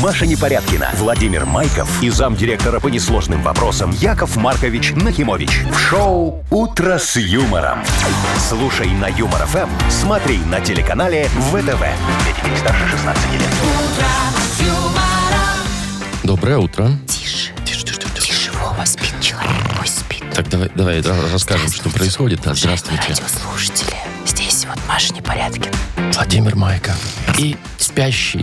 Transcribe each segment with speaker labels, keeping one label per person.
Speaker 1: Маша Непорядкина, Владимир Майков и замдиректора по несложным вопросам Яков Маркович Нахимович. В шоу «Утро с юмором». Слушай на Юмор ФМ, смотри на телеканале ВТВ. детей старше 16 лет.
Speaker 2: Доброе утро.
Speaker 3: Тише. Тише, тише, тише. Тише, Вова спит, человек мой спит.
Speaker 2: Так, давай, давай ра- расскажем, что
Speaker 3: Здравствуйте,
Speaker 2: происходит. Да,
Speaker 3: уважаемые
Speaker 2: Здравствуйте.
Speaker 3: радиослушатели. Здесь вот Маша Непорядкин.
Speaker 2: Владимир Майков. И спящий.
Speaker 3: И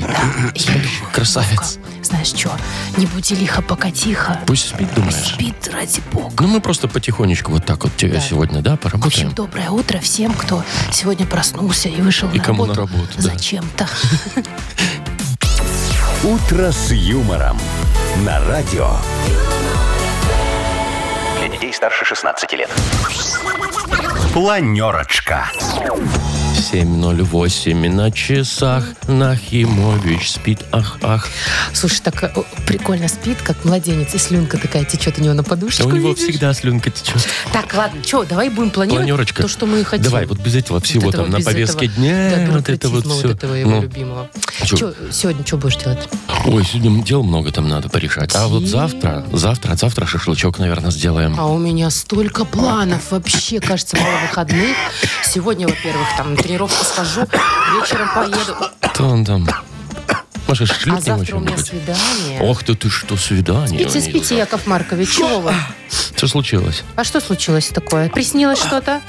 Speaker 3: я думаю,
Speaker 2: Красавец.
Speaker 3: Вовка, Знаешь что, не буди лихо, пока тихо.
Speaker 2: Пусть спит, думаешь.
Speaker 3: Спит, ради бога.
Speaker 2: Ну, мы просто потихонечку вот так вот те-
Speaker 3: Да.
Speaker 2: сегодня, да,
Speaker 3: В общем,
Speaker 2: поработаем.
Speaker 3: доброе утро всем, кто сегодня проснулся и вышел
Speaker 2: И
Speaker 3: на
Speaker 2: кому на
Speaker 3: работу.
Speaker 2: работу, да.
Speaker 3: Зачем-то.
Speaker 1: «Утро с юмором» на радио. Для детей старше 16 лет. Планерочка.
Speaker 2: 7.08 на часах. Нахимович спит, ах, ах.
Speaker 4: Слушай, так э, прикольно спит, как младенец, и слюнка такая течет у него на
Speaker 2: Да
Speaker 4: подушечку.
Speaker 2: А у него
Speaker 4: видишь?
Speaker 2: всегда слюнка течет.
Speaker 4: Так, ладно, что, давай будем планировать
Speaker 2: Планерочка.
Speaker 4: то, что мы и хотим.
Speaker 2: Давай, вот без этого всего
Speaker 4: этого,
Speaker 2: там на
Speaker 4: без
Speaker 2: повестке
Speaker 4: этого,
Speaker 2: дня.
Speaker 4: да,
Speaker 2: вот это вот
Speaker 4: бюрократизма
Speaker 2: все.
Speaker 4: этого его любимого.
Speaker 2: Чё?
Speaker 4: Чё, сегодня что будешь делать?
Speaker 2: Ой, сегодня дел много там надо порешать. А вот завтра, завтра, от завтра шашлычок, наверное, сделаем.
Speaker 4: А у меня столько планов вообще, кажется, мало выходных. Сегодня, во-первых, там на тренировку схожу, вечером поеду.
Speaker 2: Кто он там? Маша, шлют
Speaker 4: А завтра у меня свидание.
Speaker 2: Ох, да ты что, свидание?
Speaker 4: Спите,
Speaker 2: у нее
Speaker 4: спите, Яков Маркович. Чего вы?
Speaker 2: завтра. Что случилось?
Speaker 4: А что случилось такое? Приснилось что-то?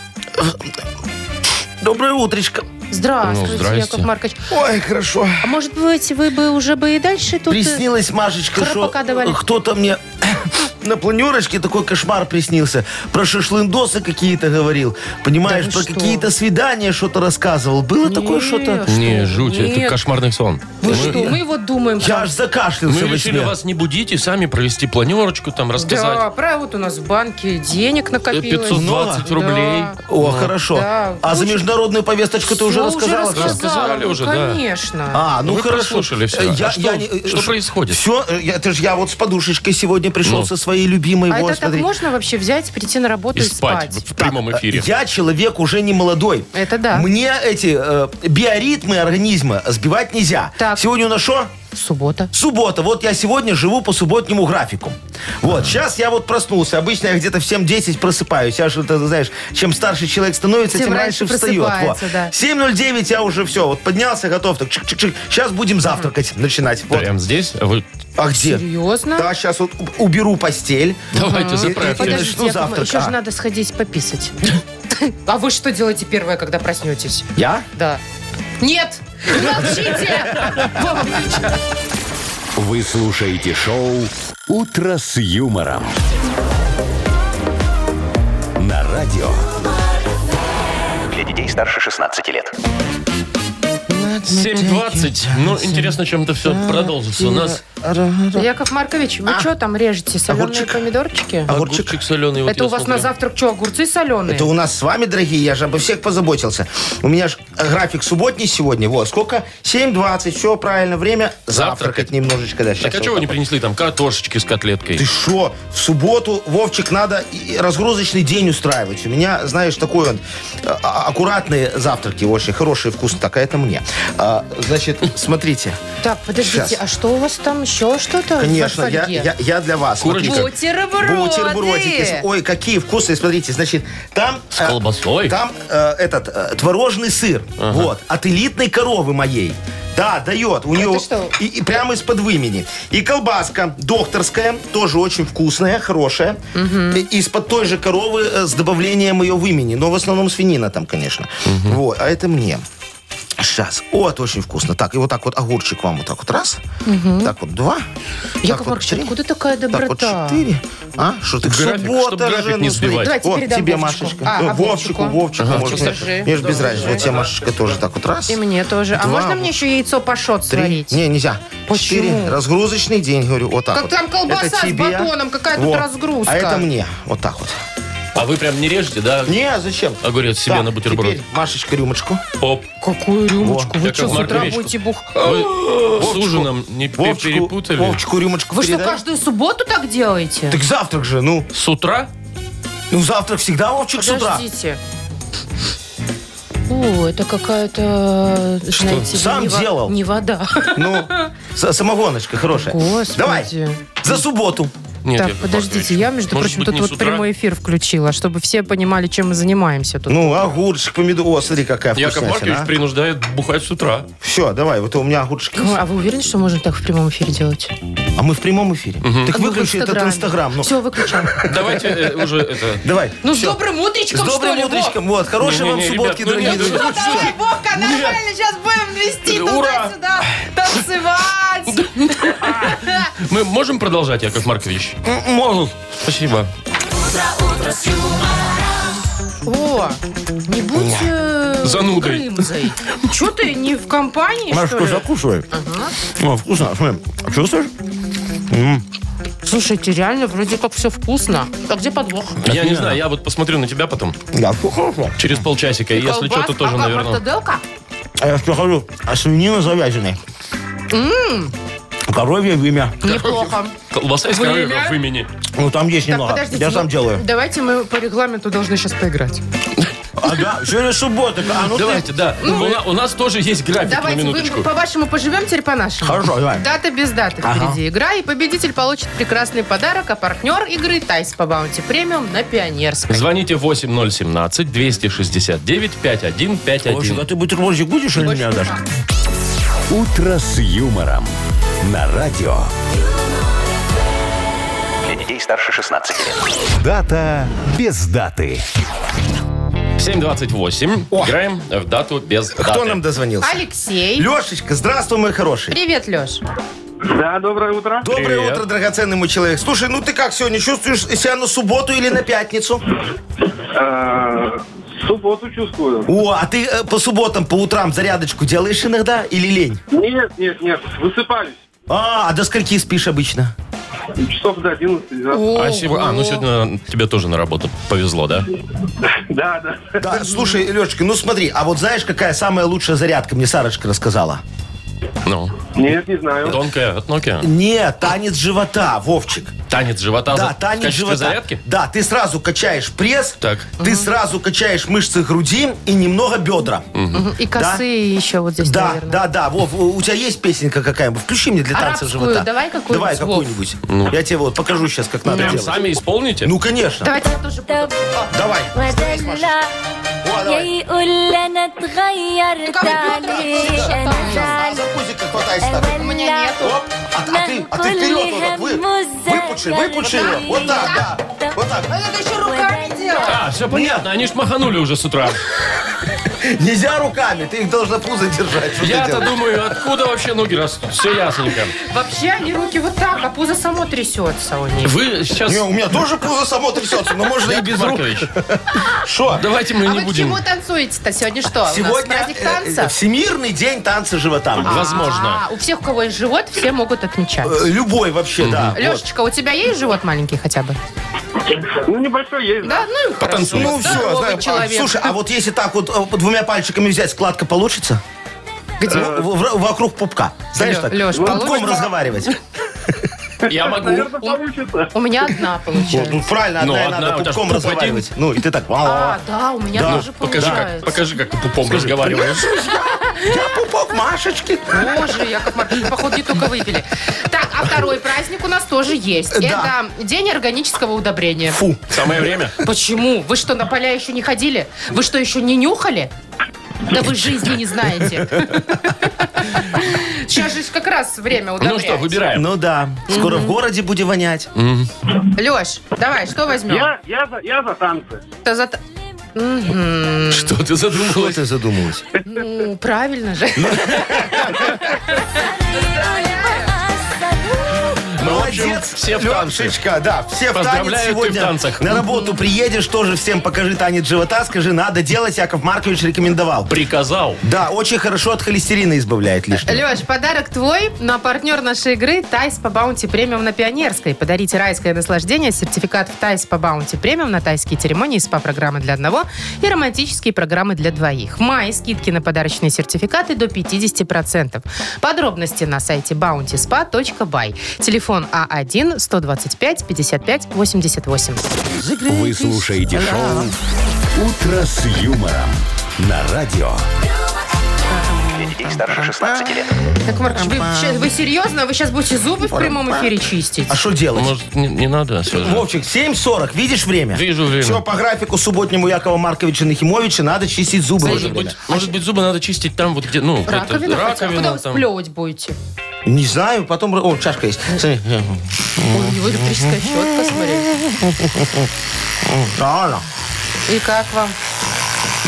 Speaker 5: Доброе утречко.
Speaker 4: Здравствуйте,
Speaker 2: Ну, здрасте.
Speaker 4: Яков Маркович.
Speaker 5: Ой, хорошо.
Speaker 4: А может быть, вы бы уже бы и дальше тут... э,
Speaker 5: Приснилась Машечка, что
Speaker 4: коробок отдавали.
Speaker 5: кто-то мне на планерочке такой кошмар приснился. Про шашлындосы какие-то говорил. Понимаешь,
Speaker 4: Да вы
Speaker 5: про
Speaker 4: что?
Speaker 5: какие-то свидания что-то рассказывал. Было такое что-то?
Speaker 2: Не, жуть, это
Speaker 4: Нет.
Speaker 2: кошмарный сон.
Speaker 4: Вы что, мы вот думаем...
Speaker 5: Я аж
Speaker 2: Мы
Speaker 5: закашлялся во
Speaker 2: решили
Speaker 5: сне.
Speaker 2: вас не будить и сами провести планерочку, там
Speaker 4: Да,
Speaker 2: рассказать.
Speaker 4: правда, вот у нас в банке денег
Speaker 2: Э,
Speaker 4: накопилось.
Speaker 2: 520
Speaker 5: Ну,
Speaker 4: Да.
Speaker 2: рублей.
Speaker 5: О, хорошо.
Speaker 4: Ну, да,
Speaker 5: А за
Speaker 4: очень-
Speaker 5: международную повесточку ты уже
Speaker 4: Всё
Speaker 5: рассказала?
Speaker 4: уже
Speaker 5: всё?
Speaker 4: рассказала,
Speaker 2: Рассказали
Speaker 4: ну,
Speaker 2: уже, да.
Speaker 4: Конечно.
Speaker 5: А, ну
Speaker 2: Вы
Speaker 5: хорошо.
Speaker 2: прослушали всё.
Speaker 5: Э,
Speaker 2: А что- что происходит?
Speaker 5: Все, это же э, я вот с подушечкой сегодня пришел
Speaker 2: Ну.
Speaker 5: со своей любимой.
Speaker 4: А
Speaker 5: вот,
Speaker 4: это так
Speaker 5: смотри.
Speaker 4: можно вообще взять, прийти на работу
Speaker 2: И
Speaker 4: и,
Speaker 2: спать в прямом эфире.
Speaker 5: э, Я человек уже не молодой.
Speaker 4: Это да.
Speaker 5: Мне эти э, биоритмы организма сбивать нельзя.
Speaker 4: Так.
Speaker 5: Сегодня у нас что?
Speaker 4: Суббота.
Speaker 5: Суббота. Вот я сегодня живу по субботнему графику. Вот, сейчас я вот проснулся. Обычно я где-то в 7.10 просыпаюсь. Я же, ты знаешь, чем старше человек становится,
Speaker 4: Тем
Speaker 5: тем, раньше,
Speaker 4: раньше
Speaker 5: встает. Вот.
Speaker 4: просыпается, да.
Speaker 5: 7.09 я уже все, вот поднялся, готов. Так, чик-чик-чик. Сейчас будем завтракать, начинать. Вот.
Speaker 2: Прям здесь? А вы-
Speaker 5: А где?
Speaker 4: Серьезно?
Speaker 5: Да, сейчас вот уб- уберу постель.
Speaker 2: Давайте, заправьте.
Speaker 5: Подожди.
Speaker 4: Подождите,
Speaker 5: начну
Speaker 4: Яков
Speaker 5: завтрак,
Speaker 4: Маркович, еще же
Speaker 5: а.
Speaker 4: надо сходить пописать. А вы что делаете первое, когда проснетесь?
Speaker 5: Я?
Speaker 4: Да. Нет! Молчите! Вова, включи.
Speaker 1: Вы слушаете шоу «Утро с юмором». На радио. Для детей старше 16 лет.
Speaker 2: 7.20. Ну, интересно, чем это все продолжится. У нас
Speaker 5: Ну.
Speaker 4: Яков Маркович,
Speaker 5: А.
Speaker 4: вы что там режете? Соленые
Speaker 5: Огурчик.
Speaker 4: помидорчики?
Speaker 5: Огурчик.
Speaker 2: огурчик соленый. вот
Speaker 4: Это
Speaker 2: я
Speaker 4: у вас на
Speaker 2: смотрю.
Speaker 4: завтрак что, огурцы соленые?
Speaker 5: Это у нас с вами, дорогие, я же обо всех позаботился. У меня же график субботний сегодня. Вот, сколько? 7.20, все правильно, время
Speaker 2: Завтракать.
Speaker 5: завтракать немножечко дальше.
Speaker 2: Так а чего вы не принесли там картошечки с котлеткой?
Speaker 5: Ты шо? В субботу, Вовчик, надо и разгрузочный день устраивать. У меня, знаешь, такой он, э, а- аккуратные завтраки, очень хороший вкус, так, а это мне. А, значит, смотрите,
Speaker 4: Так, подождите,
Speaker 5: Щас.
Speaker 4: а что у вас там еще что-то? в
Speaker 5: конечно, я,
Speaker 4: фольге?
Speaker 5: я- я для вас.
Speaker 2: Курочка.
Speaker 5: Смотрите.
Speaker 4: Бутерброды!
Speaker 5: Бутербродики. Ой, какие вкусные. Смотрите, значит, там... С
Speaker 2: колбасой?
Speaker 5: Там э, этот э, творожный сыр. Вот. От элитной коровы моей. Да, дает. У нее
Speaker 4: что?
Speaker 5: и, и прямо из-под вымени. И колбаска докторская, тоже очень вкусная, хорошая. И- Из-под той же коровы э, с добавлением ее вымени. Но в основном свинина там, конечно. Вот, а это мне. Сейчас. Вот, очень вкусно. Так, и вот так вот огурчик вам вот так вот раз. Так вот два.
Speaker 4: Яков
Speaker 5: так вот
Speaker 4: Маркович,
Speaker 5: три.
Speaker 4: откуда такая
Speaker 5: Так, вот
Speaker 4: доброта?
Speaker 5: четыре. А? Что ты?
Speaker 2: График, чтоб
Speaker 5: Суббота
Speaker 2: график
Speaker 5: же,
Speaker 2: не
Speaker 5: ну, смотри.
Speaker 2: сбивать.
Speaker 4: Давайте
Speaker 5: Вот
Speaker 4: передам
Speaker 5: тебе,
Speaker 4: Вовчику.
Speaker 5: Машечка.
Speaker 4: А, а
Speaker 5: Э, Вовчику,
Speaker 4: Вовчику.
Speaker 5: Вовчику.
Speaker 2: Ага.
Speaker 5: Вовчику.
Speaker 4: Держи.
Speaker 5: Мне же без
Speaker 4: Держи.
Speaker 5: разницы. Вот тебе, Машечка, тоже так вот раз.
Speaker 4: И мне тоже. А
Speaker 5: Два
Speaker 4: можно
Speaker 5: вот.
Speaker 4: мне еще яйцо пашот
Speaker 5: Три.
Speaker 4: сварить?
Speaker 5: Не, нельзя.
Speaker 4: Почему?
Speaker 5: Четыре. Разгрузочный день, говорю, вот так
Speaker 4: Как
Speaker 5: вот.
Speaker 4: там колбаса
Speaker 5: Это
Speaker 4: с
Speaker 5: тебе.
Speaker 4: батоном, какая тут
Speaker 5: Вот.
Speaker 4: разгрузка?
Speaker 5: А это мне. Вот так вот.
Speaker 2: А вы прям не режете, да?
Speaker 5: Не, зачем?
Speaker 2: Огурец себе
Speaker 5: Так,
Speaker 2: на бутерброд.
Speaker 5: Теперь, Машечка, рюмочку.
Speaker 2: Оп.
Speaker 4: Какую рюмочку? Вы
Speaker 2: Яков
Speaker 4: что, с утра
Speaker 2: Маркович,
Speaker 4: будете бух...
Speaker 2: Вы с ужином не пе-
Speaker 5: Вовчику,
Speaker 2: перепутали?
Speaker 5: Вовчику рюмочку
Speaker 4: Вы что,
Speaker 5: передай.
Speaker 4: каждую субботу так делаете?
Speaker 5: Так завтрак же, ну.
Speaker 2: С утра?
Speaker 5: Ну, завтрак всегда, Вовчик, с утра.
Speaker 4: Подождите. О, это какая-то, знаете, ли,
Speaker 5: Сам
Speaker 4: не, во-
Speaker 5: делал.
Speaker 4: не вода.
Speaker 5: Ну, С- Самогоночка хорошая.
Speaker 4: Господи.
Speaker 5: Давай, за субботу.
Speaker 2: Нет,
Speaker 4: так,
Speaker 2: Яков Маркович,
Speaker 4: подождите, я, между
Speaker 2: может
Speaker 4: прочим,
Speaker 2: быть,
Speaker 4: тут
Speaker 2: не
Speaker 4: вот
Speaker 2: с утра?
Speaker 4: прямой эфир включила, чтобы все понимали, чем мы занимаемся тут.
Speaker 5: Ну, огурчик, помидор. О, смотри, какая
Speaker 2: Яков
Speaker 5: вкуснятина.
Speaker 2: Маркович
Speaker 5: а.
Speaker 2: принуждает бухать с утра.
Speaker 5: Все, давай, вот у меня огурчик есть.
Speaker 4: а вы уверены, что можно так в прямом эфире делать?
Speaker 5: А мы в прямом эфире.
Speaker 4: А
Speaker 5: Так выключи этот Инстаграм. ну.
Speaker 4: Все, выключай.
Speaker 2: Давайте э, уже это...
Speaker 5: Давай.
Speaker 4: Ну, с
Speaker 5: всё.
Speaker 4: добрым
Speaker 5: С
Speaker 4: утречком, что
Speaker 5: добрым
Speaker 4: ли,
Speaker 5: утречком. Вот, хорошей вам
Speaker 2: Не-не-не,
Speaker 5: субботки,
Speaker 2: ребят, ну
Speaker 5: дорогие
Speaker 2: нет,
Speaker 5: друзья.
Speaker 2: ну
Speaker 3: Давай, Вовка, нормально, сейчас будем вести
Speaker 2: Ура!
Speaker 3: туда-сюда, танцевать.
Speaker 2: Мы можем продолжать, Яков Маркович?
Speaker 5: Можно.
Speaker 2: Спасибо.
Speaker 4: О, не будь э,
Speaker 2: Занудой.
Speaker 4: Крымзой. Че ты, не в компании, Ну, что
Speaker 5: Машка,
Speaker 4: ли?
Speaker 5: закусывай. О, вкусно. Смотри, А Чувствуешь?
Speaker 4: Слушайте, реально, вроде как все вкусно. А где подвох?
Speaker 2: Я не знаю, я вот посмотрю на тебя потом,
Speaker 5: Да, всё хорошо.
Speaker 2: через полчасика, и если
Speaker 4: Колбас,
Speaker 2: что, то тоже,
Speaker 4: а как,
Speaker 2: наверное.
Speaker 4: мартаделка?
Speaker 5: А я тебе говорю, а свинина завязанная. Коровье вымя.
Speaker 4: Неплохо.
Speaker 2: Колбаса из
Speaker 4: Вы
Speaker 2: коровьего
Speaker 4: меня?
Speaker 2: в имени.
Speaker 5: Ну, там есть
Speaker 4: Так,
Speaker 5: немного.
Speaker 4: подождите.
Speaker 5: Я
Speaker 4: ну,
Speaker 5: сам делаю.
Speaker 4: Давайте мы по регламенту должны сейчас поиграть.
Speaker 5: А, да, сегодня суббота. А, ну ты-
Speaker 2: Давайте, да. У на- У нас тоже есть график, на
Speaker 4: Давайте,
Speaker 2: минуточку.
Speaker 4: вы по-вашему поживем, теперь по-нашему.
Speaker 5: Хорошо, давай.
Speaker 4: Дата без даты впереди игра, и победитель получит прекрасный подарок, а партнер игры Тайс по баунти премиум на Пионерской.
Speaker 2: Звоните 8017-269-5151.
Speaker 5: Вовчик, а ты бутербродик будешь или мне дашь?
Speaker 1: «Утро с юмором» на радио. Для детей старше 16 лет. Дата без даты.
Speaker 2: 7.28.
Speaker 5: О.
Speaker 2: Играем в дату без даты.
Speaker 5: Кто нам дозвонился?
Speaker 4: Алексей.
Speaker 5: Лешечка, здравствуй, мой хороший.
Speaker 4: Привет, Леш.
Speaker 6: Да, доброе утро.
Speaker 5: Доброе
Speaker 2: Привет.
Speaker 5: утро, драгоценный мой человек. Слушай, ну ты как сегодня чувствуешь себя на субботу или на пятницу?
Speaker 6: Э, Субботу чувствую.
Speaker 5: О, а ты э, по субботам, по утрам зарядочку делаешь иногда или лень?
Speaker 6: Нет, нет, нет, высыпались.
Speaker 5: А, а до скольки спишь обычно?
Speaker 6: Часов до 11. да.
Speaker 2: А, сего- а, ну сегодня тебе тоже на работу повезло, да?
Speaker 6: Да, да.
Speaker 5: Да, слушай, Лешечка, ну смотри, а вот знаешь, какая самая лучшая зарядка, мне Сарочка рассказала?
Speaker 2: Ну,
Speaker 6: Нет, не знаю.
Speaker 2: тонкая от Nokia.
Speaker 5: Нет, танец живота, Вовчик.
Speaker 2: Танец живота за-
Speaker 5: Да,
Speaker 2: в
Speaker 5: танец
Speaker 2: качестве
Speaker 5: живота.
Speaker 2: зарядки?
Speaker 5: Да, ты сразу качаешь пресс,
Speaker 2: Так.
Speaker 5: ты сразу качаешь мышцы груди и немного бедра.
Speaker 4: Мгм. И косые еще вот здесь,
Speaker 5: Да,
Speaker 4: наверное.
Speaker 5: да, да. Вов, у у тебя есть песенка какая-нибудь? Включи мне для танца
Speaker 4: Арабскую,
Speaker 5: живота.
Speaker 4: давай какую-нибудь,
Speaker 5: Давай
Speaker 4: Вов.
Speaker 5: какую-нибудь. Я тебе вот покажу сейчас, как надо
Speaker 2: Ну. Прям
Speaker 5: делать.
Speaker 2: сами исполните?
Speaker 5: Ну, конечно. А,
Speaker 4: Давайте я тоже буду. О,
Speaker 5: Давай.
Speaker 7: ودلع
Speaker 5: О, давай.
Speaker 7: يقول انا اتغيرت عليه انا
Speaker 5: Сразу
Speaker 7: زعلت
Speaker 5: пузика хватайся так.
Speaker 4: у меня
Speaker 7: ودلع
Speaker 4: нету.
Speaker 5: Оп. А, а ты, а ты вперед вот так. Вы, выпучи, выпучи его. Вот так, да. Вот так.
Speaker 4: А Это еще руками делать.
Speaker 2: А, все понятно, они ж маханули уже с утра.
Speaker 5: Нельзя руками, ты их должна пузо держать. Что ты
Speaker 2: Я-то
Speaker 5: делаешь?
Speaker 2: думаю, откуда вообще ноги растут? Все ясненько.
Speaker 4: Вообще, они руки вот так, а пузо само трясется у них.
Speaker 2: Вы сейчас...
Speaker 5: Не, у меня тоже пузо само трясется, но можно и
Speaker 2: Яков
Speaker 5: без рук.
Speaker 2: Маркович,
Speaker 5: Что?
Speaker 2: давайте мы
Speaker 4: А
Speaker 2: не
Speaker 4: вы к
Speaker 2: будем...
Speaker 4: чему танцуете-то сегодня что? а у нас
Speaker 5: Сегодня
Speaker 4: праздник
Speaker 5: э,
Speaker 4: танца?
Speaker 5: э, Всемирный день танца живота.
Speaker 2: Возможно.
Speaker 4: А, у всех, у кого есть живот, все могут отмечать.
Speaker 5: Э, Любой вообще, да. вот.
Speaker 4: Лешечка, у тебя есть живот маленький хотя бы?
Speaker 6: Ну, небольшой есть.
Speaker 4: Да, ну и хорошо.
Speaker 2: Потанцуй.
Speaker 5: Ну все,
Speaker 4: Здоровый
Speaker 5: знаем. А,
Speaker 4: человек.
Speaker 5: слушай, а вот если так вот э, двумя пальчиками взять, складка получится? Э,
Speaker 4: Где?
Speaker 5: В- в- вокруг пупка. Знаешь
Speaker 4: Лё-
Speaker 5: так?
Speaker 4: Лёш,
Speaker 5: Пупком
Speaker 4: получится?
Speaker 5: разговаривать.
Speaker 2: Я могу.
Speaker 6: Наверное,
Speaker 5: а
Speaker 6: получится.
Speaker 4: У меня одна
Speaker 5: Вот,
Speaker 4: получается.
Speaker 5: Ну правильно,
Speaker 2: Ну,
Speaker 5: одна и
Speaker 2: одна,
Speaker 5: надо
Speaker 2: у тебя ж
Speaker 5: пупком
Speaker 2: пуп один.
Speaker 5: разговаривать. Ну и ты так.
Speaker 4: А,
Speaker 5: «Ва-ва-ва».
Speaker 4: да, у меня
Speaker 5: Да.
Speaker 4: тоже
Speaker 2: Покажи, как,
Speaker 4: получается.
Speaker 2: покажи, как ты пупом разговариваешь.
Speaker 5: Я пупок Машечки.
Speaker 4: Боже, Яков Маркович, походу, не только выпили. Так, а второй праздник у нас тоже есть.
Speaker 5: Да.
Speaker 4: Это День органического удобрения.
Speaker 5: Фу.
Speaker 2: Самое время. Ну
Speaker 4: Почему? Вы что, на поля еще не ходили? Вы что, еще не нюхали? Да вы жизни не знаете. Сейчас же как раз время удобрять.
Speaker 2: Ну что, выбираем.
Speaker 5: Ну да, скоро в городе будем вонять.
Speaker 4: Леш, давай, что возьмем?
Speaker 6: Я, я, за, я за танцы.
Speaker 4: Что за та-
Speaker 5: Ну.
Speaker 2: Что ты
Speaker 5: Что
Speaker 2: задумалась?
Speaker 5: ты задумалась?
Speaker 4: Ну, правильно же.
Speaker 2: Ну, в общем,
Speaker 5: Молодец,
Speaker 2: все в танце.
Speaker 5: Лешечка, да, все в
Speaker 2: Поздравляю,
Speaker 5: танец
Speaker 2: ты
Speaker 5: сегодня.
Speaker 2: в танцах.
Speaker 5: На работу приедешь, тоже всем покажи танец живота, скажи, надо делать, Яков Маркович рекомендовал.
Speaker 2: Приказал.
Speaker 5: Да, очень хорошо от холестерина избавляет лишнего.
Speaker 4: Леш, подарок твой на партнер нашей игры Тайс по Баунти Премиум на Пионерской. Подарите райское наслаждение, сертификат в Тайс по Баунти Премиум на тайские церемонии, СПА-программы для одного и романтические программы для двоих. В мае скидки на подарочные сертификаты до 50%. Подробности на сайте bountyspa.by. Телефон А А1-125-55-88.
Speaker 1: Вы слушаете шоу «Утро с юмором» на радио. Для детей старше 16 лет.
Speaker 4: Так, Маркович, вы, щас- вы серьезно? Вы сейчас будете зубы в прямом эфире чистить?
Speaker 5: А что делать?
Speaker 2: Может, не, не надо освежать?
Speaker 5: Вовчик, 7.40, видишь время?
Speaker 2: Вижу время.
Speaker 5: Все, по графику субботнему Якова Марковича Нахимовича надо чистить зубы. в это
Speaker 2: Может
Speaker 5: время.
Speaker 2: быть, может быть, зубы надо чистить там, вот где, ну, вот это,
Speaker 4: Раковина? хотя бы. А Куда
Speaker 2: раковина
Speaker 4: вы
Speaker 2: там.
Speaker 4: сплевывать будете?
Speaker 5: Не знаю, потом... О, чашка есть. Смотри.
Speaker 4: Ой, у него электрическая щетка, смотри.
Speaker 5: Правильно.
Speaker 4: И как вам?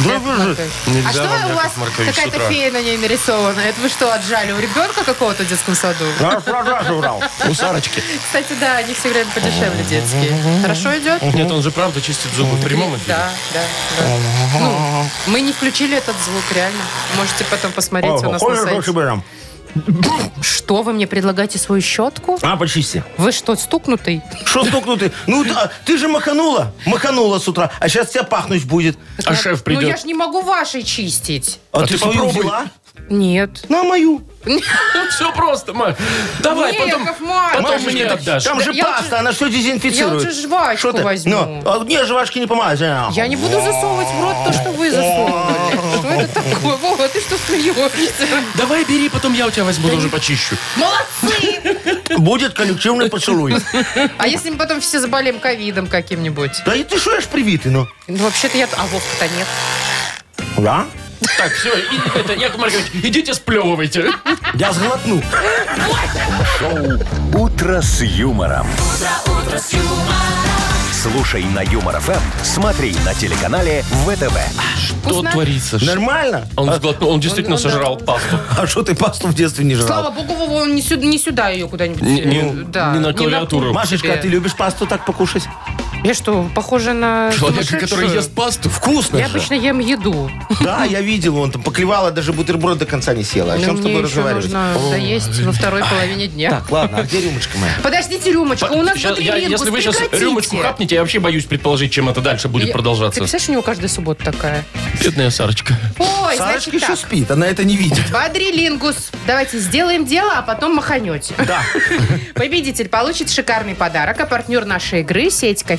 Speaker 5: Да
Speaker 4: Яков
Speaker 5: вы же-
Speaker 4: Маркович?
Speaker 2: Нельзя
Speaker 4: а что
Speaker 2: вам,
Speaker 4: у
Speaker 2: Яков
Speaker 4: вас
Speaker 2: Маркович, с
Speaker 4: какая-то
Speaker 2: утра.
Speaker 4: фея на ней нарисована? Это вы что, отжали у ребенка какого-то в детском саду? Ну,
Speaker 5: Я ж продажи брал.
Speaker 2: У Сарочки.
Speaker 4: Кстати, да, они все время подешевле детские. Хорошо идет?
Speaker 2: Нет, он же правда чистит зубы в прямом эфире.
Speaker 4: Да, да, да. Ну, мы не включили этот звук, реально. Можете потом посмотреть у нас на
Speaker 5: Хочешь,
Speaker 4: сайте.
Speaker 5: хочешь, берем.
Speaker 4: Что, вы мне предлагаете свою щетку?
Speaker 5: А, почисти.
Speaker 4: Вы что, стукнутый?
Speaker 5: Что стукнутый? Ну, да, ты же маханула. Маханула с утра. А сейчас тебя пахнуть будет.
Speaker 2: А шеф
Speaker 4: Ну я
Speaker 2: придет.
Speaker 4: ж не могу вашей чистить.
Speaker 2: А
Speaker 5: А, ты,
Speaker 2: ты
Speaker 5: свою
Speaker 2: попробуй.
Speaker 5: взяла?
Speaker 4: Нет.
Speaker 5: На мою.
Speaker 2: Все просто, Маш. Давай,
Speaker 4: Не,
Speaker 2: потом,
Speaker 4: Яков Маркович.
Speaker 2: потом мне
Speaker 5: Машечка,
Speaker 2: отдашь.
Speaker 5: Там же
Speaker 4: А я
Speaker 5: паста,
Speaker 4: лучше-
Speaker 5: она все дезинфицирует.
Speaker 4: я лучше жвачку
Speaker 5: Что ты?
Speaker 4: возьму.
Speaker 5: Ну, а мне жвачки не помазать.
Speaker 4: Я не буду засовывать в рот то, что вы засунули. Что это такое? Вова, ты что смеешься?
Speaker 2: Давай бери, потом я у тебя возьму, тоже почищу.
Speaker 4: Молодцы!
Speaker 5: Будет коллективный поцелуй.
Speaker 4: А если мы потом все заболеем ковидом каким-нибудь?
Speaker 5: Да и ты что, я ж привитый, ну.
Speaker 4: Ну, вообще-то я... А Вовка-то нет.
Speaker 5: Да?
Speaker 2: Так, все, это, Яков Маркович, идите сплевывайте.
Speaker 5: Я сглотну.
Speaker 1: Утро с юмором. Слушай на Юмор ФМ, смотри на телеканале ВТВ.
Speaker 2: Что творится?
Speaker 5: Нормально?
Speaker 2: Он сглотнул, А. он ну действительно сожрал пасту.
Speaker 5: А что ты пасту в детстве не жрал?
Speaker 4: Слава богу, Вова, он не сюда, не сюда ее куда-нибудь...
Speaker 2: Не- не-
Speaker 4: э, да,
Speaker 2: не на клавиатуру.
Speaker 4: кухню
Speaker 5: Машечка,
Speaker 4: себе.
Speaker 5: а ты любишь пасту так покушать?
Speaker 4: Я что, похожа на
Speaker 2: Человек, А который
Speaker 4: сумасшедшую?
Speaker 2: ест пасту.
Speaker 5: Вкусно
Speaker 4: Я
Speaker 5: же.
Speaker 4: обычно ем еду.
Speaker 5: Да, я видел, он там поклевала, даже бутерброд до конца не съела. О
Speaker 4: Но
Speaker 5: чем с
Speaker 4: Ну, мне
Speaker 5: тобой
Speaker 4: еще
Speaker 5: разговаривать?
Speaker 4: нужно доесть во второй половине дня.
Speaker 5: Так, ладно, а где рюмочка моя?
Speaker 4: Подождите, рюмочка, у нас
Speaker 2: Щас-
Speaker 4: внутри
Speaker 2: я-
Speaker 4: рингус,
Speaker 2: если вы сейчас
Speaker 4: прекратите.
Speaker 2: рюмочку хапнете, я вообще боюсь предположить, чем это дальше будет
Speaker 4: Я- Ты
Speaker 2: продолжаться.
Speaker 4: представляешь, у него каждая суббота такая.
Speaker 2: Бедная Сарочка.
Speaker 4: Ой,
Speaker 5: Сарочка
Speaker 4: значит
Speaker 5: еще
Speaker 4: так.
Speaker 5: спит, она это не видит.
Speaker 4: Квадрилингус. Давайте сделаем дело, а потом маханете.
Speaker 5: Да.
Speaker 4: Победитель получит шикарный подарок, а партнер нашей игры – сеть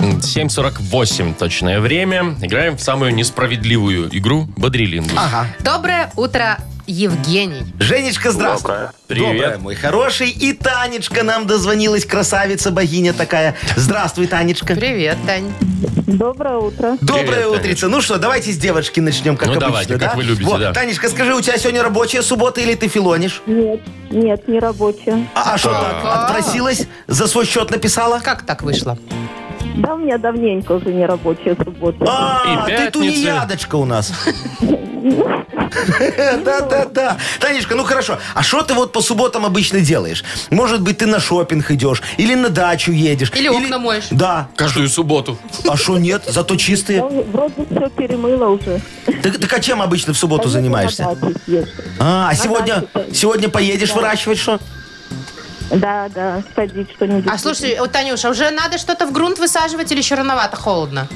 Speaker 2: 7.48 точное время. Играем в самую несправедливую игру Бодрилингус.
Speaker 5: А,
Speaker 4: Доброе утро, Евгений.
Speaker 5: Женечка, здравствуй.
Speaker 2: Привет.
Speaker 5: Доброе, мой хороший. И Танечка нам дозвонилась, красавица, богиня такая. Здравствуй, Танечка.
Speaker 4: Привет, Тань.
Speaker 8: Доброе утро.
Speaker 5: Доброе
Speaker 2: Привет,
Speaker 5: утрица. Ну что, давайте с девочки начнем, как
Speaker 2: Ну,
Speaker 5: обычно,
Speaker 2: давайте,
Speaker 5: да?
Speaker 2: как вы любите,
Speaker 5: Вот,
Speaker 2: да.
Speaker 5: Танечка, скажи, у тебя сегодня рабочая суббота или ты филонишь?
Speaker 8: Нет, нет, не рабочая.
Speaker 5: А а что так? Отпросилась? За свой счет написала?
Speaker 4: Как так вышло?
Speaker 8: Да, у меня давненько уже не рабочая суббота.
Speaker 5: А,
Speaker 2: И
Speaker 5: ты
Speaker 2: пятница.
Speaker 5: тунеядочка у нас. Да-да-да. Танечка, ну хорошо. А что ты вот по субботам обычно делаешь? Может быть, ты на шопинг идешь, или на дачу едешь.
Speaker 4: Или окна моешь.
Speaker 5: Да.
Speaker 2: Каждую субботу.
Speaker 5: А что нет? Зато
Speaker 8: Я
Speaker 5: чистые.
Speaker 8: уже- Ну, вроде все перемыла уже.
Speaker 5: Так, так а чем обычно в
Speaker 8: Конечно,
Speaker 5: субботу
Speaker 8: на
Speaker 5: занимаешься?
Speaker 8: дачу съезжу.
Speaker 5: А, а сегодня,
Speaker 8: дачу-то.
Speaker 5: сегодня поедешь выращивать что?
Speaker 8: Да, да, садить что-нибудь.
Speaker 4: А слушай, вот, Танюша, уже надо что-то в грунт высаживать или еще рановато, холодно?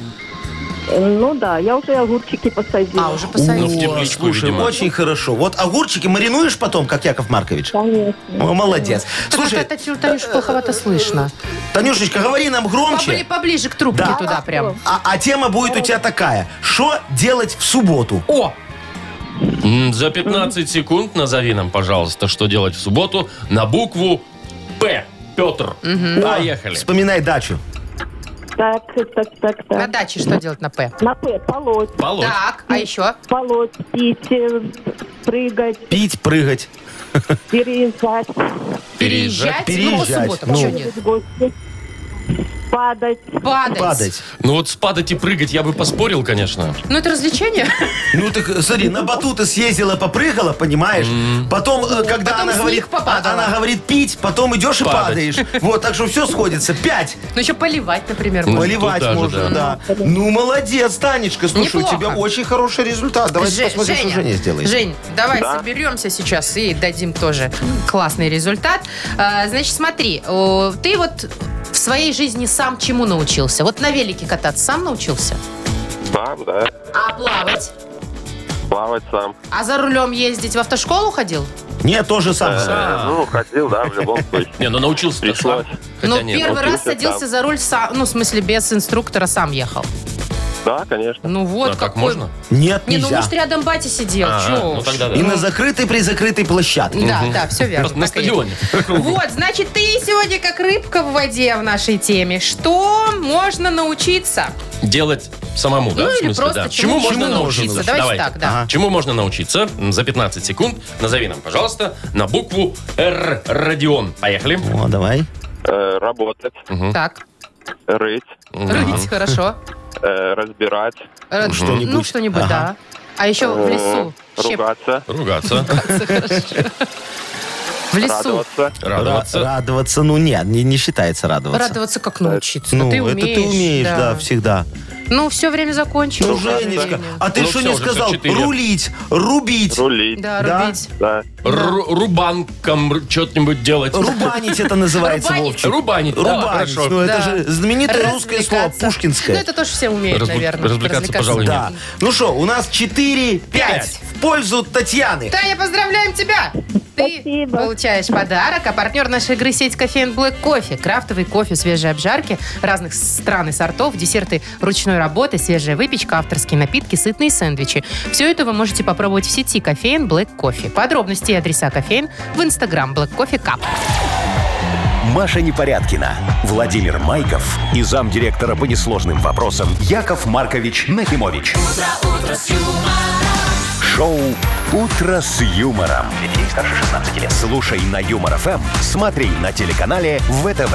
Speaker 8: Э, Ну да, я уже огурчики посадила.
Speaker 4: А, уже посадили.
Speaker 2: в
Speaker 5: О,
Speaker 2: тепличку,
Speaker 5: слушай,
Speaker 2: видимо.
Speaker 5: очень хорошо. Вот огурчики маринуешь потом, как Яков Маркович?
Speaker 8: Конечно.
Speaker 5: О, молодец. Слушай,
Speaker 4: Так вот, Танюша, плоховато слышно.
Speaker 5: Танюшечка, говори нам
Speaker 4: Побли-
Speaker 5: громче.
Speaker 4: Поближе к трубке
Speaker 5: Да.
Speaker 4: туда прям.
Speaker 5: А, а тема будет у тебя такая. Что делать в субботу?
Speaker 4: О,
Speaker 2: М, За 15 секунд назови нам, пожалуйста, что делать в субботу на букву П. Петр. Поехали.
Speaker 5: Вспоминай дачу.
Speaker 8: Так, так, так,
Speaker 4: на
Speaker 8: так.
Speaker 4: даче что делать на П?
Speaker 8: На П полоть,
Speaker 2: Полоть.
Speaker 4: Так,
Speaker 5: Ну,
Speaker 4: а еще?
Speaker 8: полоть, пить, э, прыгать,
Speaker 5: Пить, прыгать.
Speaker 8: переезжать,
Speaker 4: Переезжать? Ну, по
Speaker 5: Переезжать,
Speaker 4: субботам,
Speaker 5: ну.
Speaker 4: чё нет?
Speaker 8: в гости, падать.
Speaker 4: Падать.
Speaker 5: Падать.
Speaker 2: Ну вот спадать и прыгать я бы поспорил, конечно.
Speaker 4: Ну, это развлечение.
Speaker 5: Ну так, э, смотри, на батуты съездила, попрыгала, понимаешь? Потом, э, когда
Speaker 4: Потом
Speaker 5: она
Speaker 4: с
Speaker 5: говорит,
Speaker 4: них попадала.
Speaker 5: она говорит пить, потом идешь и
Speaker 2: Падать.
Speaker 5: падаешь. Вот, так что все сходится. Пять.
Speaker 4: Ну, еще поливать, например,
Speaker 2: Ну,
Speaker 4: можно.
Speaker 5: Поливать
Speaker 2: туда же,
Speaker 5: можно,
Speaker 2: да.
Speaker 5: да. Ну, молодец, Танечка. Слушай,
Speaker 4: Неплохо.
Speaker 5: у тебя очень хороший результат. Давай
Speaker 4: Же-
Speaker 5: посмотрим, что Женя сделает.
Speaker 4: Жень, давай соберемся сейчас и дадим тоже классный результат. А, значит, смотри, о, ты вот в своей жизни сам чему научился? Вот на велике кататься сам научился?
Speaker 9: Сам, да.
Speaker 4: А плавать?
Speaker 9: Плавать сам.
Speaker 4: А за рулем ездить в автошколу ходил?
Speaker 5: Нет, тоже сам.
Speaker 2: А.
Speaker 9: Ну, ходил, да, в любом случае.
Speaker 2: Не, ну научился-то сам.
Speaker 9: Пришлось.
Speaker 2: Хотя
Speaker 4: ну,
Speaker 2: нет.
Speaker 4: первый раз
Speaker 9: научился
Speaker 4: садился
Speaker 9: сам.
Speaker 4: за руль сам, ну, в смысле, без инструктора сам ехал.
Speaker 9: Да, конечно.
Speaker 4: Ну вот
Speaker 2: А так
Speaker 4: какой-
Speaker 2: можно?
Speaker 5: Нет,
Speaker 4: Не, ну
Speaker 5: нельзя.
Speaker 4: муж рядом батя сидел.
Speaker 2: А,
Speaker 4: чё
Speaker 2: ну
Speaker 4: уж.
Speaker 2: тогда да.
Speaker 5: И на закрытой при закрытой площадке.
Speaker 4: Да, да, все верно.
Speaker 2: Просто на
Speaker 4: так и есть.
Speaker 2: стадионе.
Speaker 4: Вот, значит, ты сегодня как рыбка в воде в нашей теме. Что можно научиться?
Speaker 2: Делать самому,
Speaker 4: ну
Speaker 2: да? в
Speaker 4: или
Speaker 2: смысле,
Speaker 4: просто
Speaker 2: да.
Speaker 4: чему, можно научиться? Давайте, так, да.
Speaker 5: Ага.
Speaker 2: Чему можно научиться? М, За 15 секунд назови нам, пожалуйста, на букву Р. Родион. Поехали.
Speaker 5: О, давай.
Speaker 9: Э, работать,
Speaker 4: Так,
Speaker 9: рыть,
Speaker 4: рыть хорошо.
Speaker 9: э, разбирать,
Speaker 4: Э,
Speaker 5: Что-нибудь.
Speaker 4: Ну, что-нибудь, да. А еще в лесу.
Speaker 9: э,
Speaker 4: Щеп-
Speaker 9: ругаться,
Speaker 2: Ругаться,
Speaker 4: В лесу.
Speaker 9: радоваться.
Speaker 5: Ра-
Speaker 2: радоваться.
Speaker 5: радоваться, ну нет, не, не считается радоваться.
Speaker 4: Радоваться как научиться.
Speaker 5: Ну,
Speaker 4: ты
Speaker 5: это
Speaker 4: умеешь.
Speaker 5: ты умеешь, да, всегда.
Speaker 4: Ну, все время закончилось.
Speaker 5: Ну,
Speaker 4: к
Speaker 5: Женечка,
Speaker 4: сожалению.
Speaker 5: а ты
Speaker 2: Ну
Speaker 5: что
Speaker 2: всё,
Speaker 5: не
Speaker 2: уже
Speaker 5: сказал?
Speaker 2: 44.
Speaker 5: Рулить, рубить,
Speaker 9: Рулить, да.
Speaker 4: Да,
Speaker 5: Да.
Speaker 4: рубить.
Speaker 2: Ру- Рубанком что-нибудь делать.
Speaker 5: рубанить это называется,
Speaker 4: Рубанить.
Speaker 5: Вовчик.
Speaker 2: Рубанить. да,
Speaker 5: Рубанить,
Speaker 2: хорошо.
Speaker 5: ну это
Speaker 4: Да.
Speaker 5: же знаменитое русское слово,
Speaker 4: Развлекаться.
Speaker 5: пушкинское.
Speaker 4: Ну, это тоже все умеют,
Speaker 2: Разбу-
Speaker 4: наверное.
Speaker 2: развлекаться, пожалуй, нет.
Speaker 5: Да. Ну что, у нас 4-5 в пользу Татьяны.
Speaker 4: Таня, поздравляем тебя! Ты
Speaker 8: Спасибо.
Speaker 4: получаешь подарок, а партнер нашей игры сеть кофеин Блэк Кофе. Крафтовый кофе, свежие обжарки разных стран и сортов, десерты ручной работы, свежая выпечка, авторские напитки, сытные сэндвичи. Все это вы можете попробовать в сети кофеин Блэк Кофе. Подробности и адреса кофеин в инстаграм Black Кофе Кап.
Speaker 1: Маша Непорядкина, Владимир Майков и замдиректора по несложным вопросам Яков Маркович Нахимович. Шоу Утро с юмором. Для детей старше 16 лет. Слушай на юмор ФМ, смотри на телеканале ВТВ.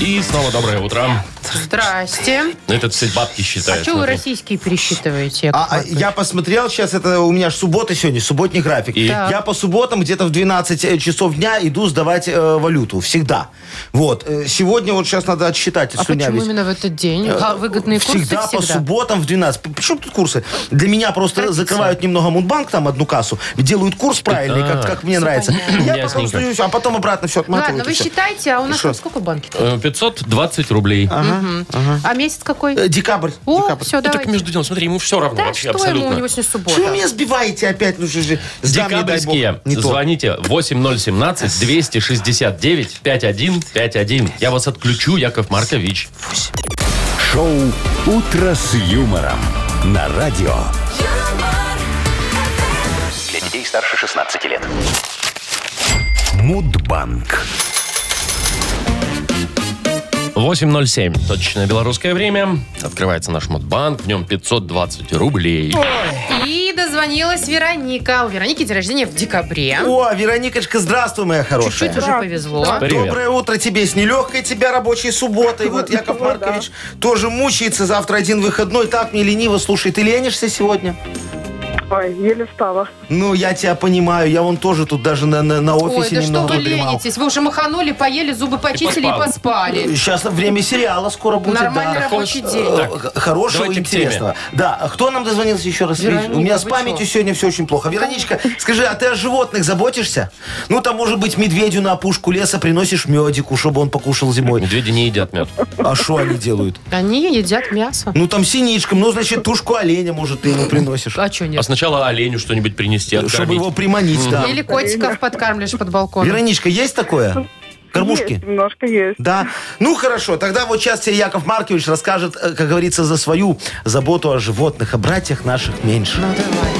Speaker 2: И снова доброе утро.
Speaker 4: Здрасте.
Speaker 2: Этот все бабки
Speaker 4: А
Speaker 2: считает.
Speaker 4: что вы
Speaker 2: смотри.
Speaker 4: российские пересчитываете? Яков
Speaker 5: А, а,
Speaker 4: Маркович?
Speaker 5: я посмотрел сейчас, это у меня ж суббота сегодня, субботний график.
Speaker 2: И?
Speaker 4: Так.
Speaker 5: Я по субботам где-то в 12 э, часов дня иду сдавать э, валюту. Всегда. Вот. э, Сегодня вот сейчас надо отсчитать.
Speaker 4: А
Speaker 5: слюня
Speaker 4: почему
Speaker 5: ведь.
Speaker 4: именно в этот день? А выгодные курсы
Speaker 5: Э, всегда,
Speaker 4: всегда?
Speaker 5: по субботам в 12. П- Почему тут курсы? Для меня просто
Speaker 4: Традиция.
Speaker 5: закрывают немного мудбанк, там одну кассу, делают курс правильный, как, как мне нравится. Я потом
Speaker 2: Ясненько.
Speaker 5: сдаюсь, а потом обратно все отматывают.
Speaker 4: Ладно,
Speaker 5: и
Speaker 4: вы
Speaker 5: всё.
Speaker 4: считайте, а у нас там
Speaker 5: Хорошо.
Speaker 4: сколько банки?
Speaker 2: Э, 520 рублей.
Speaker 4: А месяц какой?
Speaker 5: Э, Декабрь.
Speaker 4: О,
Speaker 5: декабрь.
Speaker 4: все,
Speaker 2: Ну, так
Speaker 4: давайте.
Speaker 2: между делом, смотри, ему все равно
Speaker 4: Да что
Speaker 2: вообще
Speaker 4: ему, у
Speaker 2: абсолютно.
Speaker 4: него сегодня суббота.
Speaker 5: Что вы меня сбиваете опять? Ну, же, же, сдам, не дай бог.
Speaker 2: Декабрьские.
Speaker 5: Не то.
Speaker 2: Звоните 8017-269-5151. Я вас отключу, Яков Маркович.
Speaker 1: Шоу Утро с юмором на радио. Для детей старше 16 лет. Мудбанк.
Speaker 2: 8.07. Точное белорусское время. Открывается наш модбанк. В нем 520 рублей.
Speaker 4: И дозвонилась Вероника. У Вероники день рождения в декабре.
Speaker 5: О, Вероникочка, здравствуй, моя хорошая.
Speaker 4: Чуть-чуть уже повезло.
Speaker 2: Привет.
Speaker 5: Доброе утро тебе с нелегкой тебя рабочей субботой. Вот Яков Маркович тоже мучается. Завтра один выходной. Так мне лениво. Слушай, ты ленишься сегодня?
Speaker 8: Ой, еле встала.
Speaker 5: Ну, я тебя понимаю. Я вон тоже тут даже на, на, на
Speaker 4: Ой,
Speaker 5: офисе
Speaker 4: да что
Speaker 5: немного
Speaker 4: вы
Speaker 5: дремал.
Speaker 4: ленитесь? Вы уже маханули, поели, зубы почистили и
Speaker 2: поспал.
Speaker 4: поспали.
Speaker 5: Сейчас время сериала скоро будет.
Speaker 4: Нормальный
Speaker 5: да.
Speaker 4: рабочий день.
Speaker 5: Э, Хорошего,
Speaker 2: давайте к теме.
Speaker 5: интересного. Да, а кто нам дозвонился еще раз?
Speaker 4: Вероника,
Speaker 5: У меня с
Speaker 4: вы
Speaker 5: памятью
Speaker 4: чё?
Speaker 5: сегодня все очень плохо. Вероничка, скажи, а ты о животных заботишься? Ну, там, может быть, медведю на опушку леса приносишь медику, чтобы он покушал зимой.
Speaker 2: Медведи не едят мед.
Speaker 5: А что они делают?
Speaker 4: Они едят мясо.
Speaker 5: Ну, там синичком, ну, значит, тушку оленя, может, ты ему приносишь. э,
Speaker 4: А что
Speaker 2: А
Speaker 4: нет?
Speaker 2: сначала оленю что-нибудь принести,
Speaker 5: Чтобы
Speaker 2: откормить.
Speaker 5: его приманить, да.
Speaker 4: Или котиков подкармливаешь под балконом.
Speaker 5: Вероничка, есть такое? Кормушки?
Speaker 8: Есть, немножко есть.
Speaker 5: Да. Ну, хорошо, тогда вот сейчас тебе Яков Маркович расскажет, э, как говорится, за свою заботу о животных, о братьях наших меньше.
Speaker 4: Ну давайте.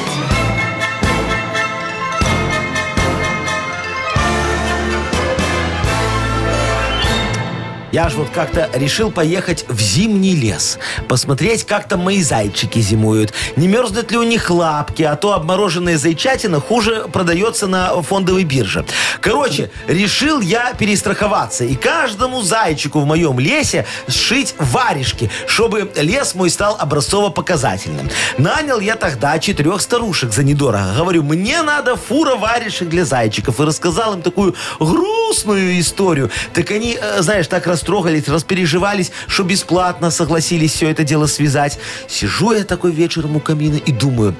Speaker 5: Я же вот как-то решил поехать в зимний лес, посмотреть, как там мои зайчики зимуют, не мерзнут ли у них лапки, а то обмороженная зайчатина хуже продается на фондовой бирже. Короче, решил я перестраховаться и каждому зайчику в моем лесе сшить варежки, чтобы лес мой стал образцово-показательным. Нанял я тогда четырех старушек за недорого. Говорю, мне надо фура варежек для зайчиков. И рассказал им такую гру грустную историю, так они, э, знаешь, так растрогались, распереживались, что бесплатно согласились все это дело связать. Сижу я такой вечером у камина и думаю,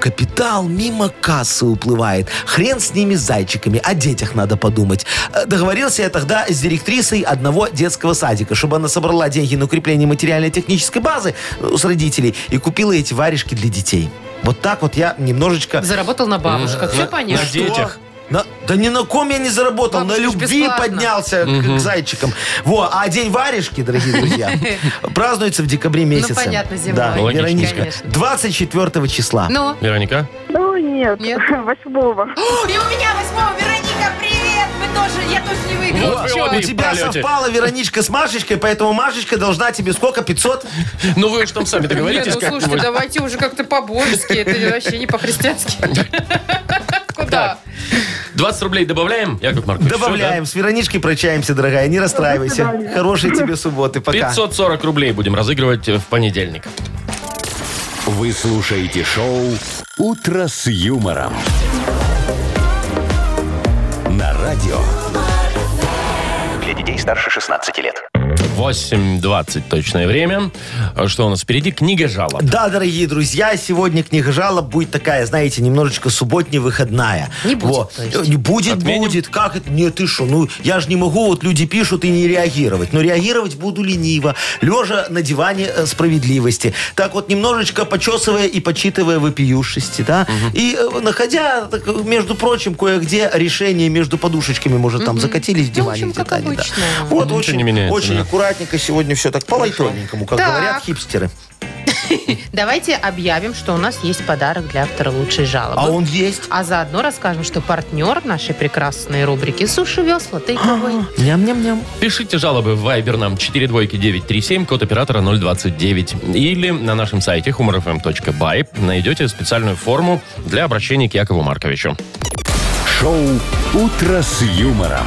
Speaker 5: капитал мимо кассы уплывает. Хрен с ними, с зайчиками. О детях надо подумать. Э, Договорился я тогда с директрисой одного детского садика, чтобы она собрала деньги на укрепление материально-технической базы э, с родителей и купила эти варежки для детей. Вот так вот я немножечко...
Speaker 4: Заработал на бабушках. Все
Speaker 2: На- На
Speaker 4: понятно.
Speaker 2: детях.
Speaker 5: На- да ни на ком я не заработал,
Speaker 4: Бабушка
Speaker 5: на
Speaker 4: ж
Speaker 5: любви
Speaker 4: бесплатно.
Speaker 5: поднялся к- к, зайчикам. Во, а день варежки, дорогие друзья, празднуется в декабре месяце.
Speaker 4: Ну, понятно, зимой.
Speaker 5: Да,
Speaker 2: Логично.
Speaker 5: Вероничка,
Speaker 4: Конечно.
Speaker 5: 24 числа.
Speaker 4: Ну.
Speaker 2: Вероника?
Speaker 8: Ну, нет,
Speaker 4: Нет?
Speaker 8: восьмого.
Speaker 3: И у меня восьмого. Вероника, привет! Мы тоже, я тоже не выиграла.
Speaker 2: Вот вы
Speaker 4: чё? ну,
Speaker 2: обе
Speaker 5: У
Speaker 2: в
Speaker 5: тебя
Speaker 2: пролете.
Speaker 5: совпала Вероничка с Машечкой, поэтому Машечка должна тебе сколько? 500?
Speaker 2: Ну вы уж там сами
Speaker 4: Нет,
Speaker 2: договоритесь
Speaker 4: ну слушайте,
Speaker 2: как-нибудь.
Speaker 4: давайте уже как-то по-божески. Это вообще не по-христиански. Куда?
Speaker 2: 20 рублей добавляем, Яков Маркович? всё, да?
Speaker 5: Добавляем. С Вероничкой прощаемся, дорогая. Не расстраивайся. Хорошей тебе субботы. Пока.
Speaker 2: 540 рублей будем разыгрывать э, в понедельник.
Speaker 1: Вы слушаете шоу «Утро с юмором». На радио.
Speaker 10: Для детей старше 16 лет.
Speaker 2: 8.20 точное время. А Что у нас впереди? Книга жалоб.
Speaker 5: Да, дорогие друзья, сегодня книга жалоб будет такая, знаете, немножечко субботняя, выходная.
Speaker 4: Не будет,
Speaker 5: Во.
Speaker 4: то есть.
Speaker 5: Не будет,
Speaker 2: Отменим?
Speaker 5: будет. Как это? Нет, ты что? Ну, я же не могу, вот люди пишут и не реагировать. Но реагировать буду лениво, лежа на диване э, справедливости. Так вот, немножечко почесывая и почитывая вопиюшести, да? И э, находя, так, э, между прочим, кое-где решение между подушечками, может, там закатились в
Speaker 4: Ну, в
Speaker 5: диване.
Speaker 4: общем,
Speaker 5: в
Speaker 4: как
Speaker 5: диване, да.
Speaker 4: обычно.
Speaker 5: Вот,
Speaker 2: Ничего
Speaker 5: очень,
Speaker 2: не меняется,
Speaker 5: очень
Speaker 2: да.
Speaker 5: аккуратненько сегодня все так, по лайтовенькому, как
Speaker 4: Так.
Speaker 5: говорят хипстеры.
Speaker 4: Давайте объявим, что у нас есть подарок для автора лучшей жалобы.
Speaker 5: А он есть?
Speaker 4: А заодно расскажем, что партнер нашей прекрасной рубрики «Суши весла»
Speaker 5: А,
Speaker 4: тейковый.
Speaker 5: Ням-ням-ням.
Speaker 2: Пишите жалобы в Viber нам 42937, код оператора 029. Или на нашем сайте humorfm.by найдете специальную форму для обращения к Якову Марковичу.
Speaker 1: Шоу «Утро с юмором».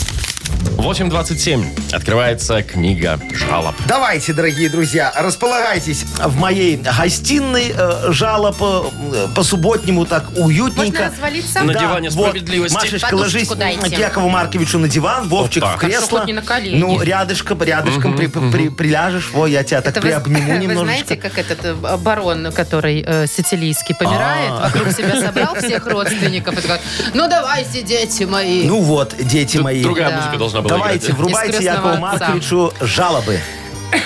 Speaker 2: 8.27. Открывается книга жалоб.
Speaker 5: Давайте, дорогие друзья, располагайтесь в моей гостиной. э, Жалоб э, по субботнему так
Speaker 4: Можно
Speaker 5: уютненько.
Speaker 4: развалиться?
Speaker 2: На
Speaker 5: Да,
Speaker 2: диване
Speaker 5: вот.
Speaker 2: справедливости.
Speaker 5: Машечка,
Speaker 4: Подушечку
Speaker 5: ложись
Speaker 4: дайте.
Speaker 5: к Якову Марковичу на диван, Вовчик
Speaker 2: Опа.
Speaker 5: в
Speaker 4: Хорошо,
Speaker 5: кресло.
Speaker 4: хоть не на колени.
Speaker 5: ну, рядышком, рядышком при- при- приляжешь. Во, я тебя так
Speaker 4: Это вы-
Speaker 5: приобниму
Speaker 4: вы,
Speaker 5: немножечко.
Speaker 4: знаете, как этот э, барон, который э, сицилийский помирает,
Speaker 5: А.
Speaker 4: вокруг себя собрал всех родственников и такой, ну давайте, дети мои.
Speaker 5: Ну вот, дети
Speaker 2: Тут
Speaker 5: мои.
Speaker 2: другая
Speaker 4: Да.
Speaker 2: музыка должна была
Speaker 5: Давайте,
Speaker 2: играть.
Speaker 5: врубайте
Speaker 4: Из
Speaker 5: Якову
Speaker 4: «Крестного отца».
Speaker 5: Марковичу жалобы.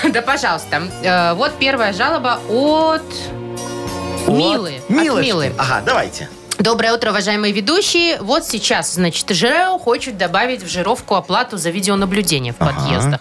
Speaker 4: Да, пожалуйста. Э, Вот первая жалоба от... Милы.
Speaker 5: Вот.
Speaker 4: От
Speaker 5: Милочки.
Speaker 4: Милы.
Speaker 5: Ага, давайте.
Speaker 4: Доброе утро, уважаемые ведущие. Вот сейчас, значит, ЖРЭО хочет добавить в жировку оплату за видеонаблюдение в подъездах.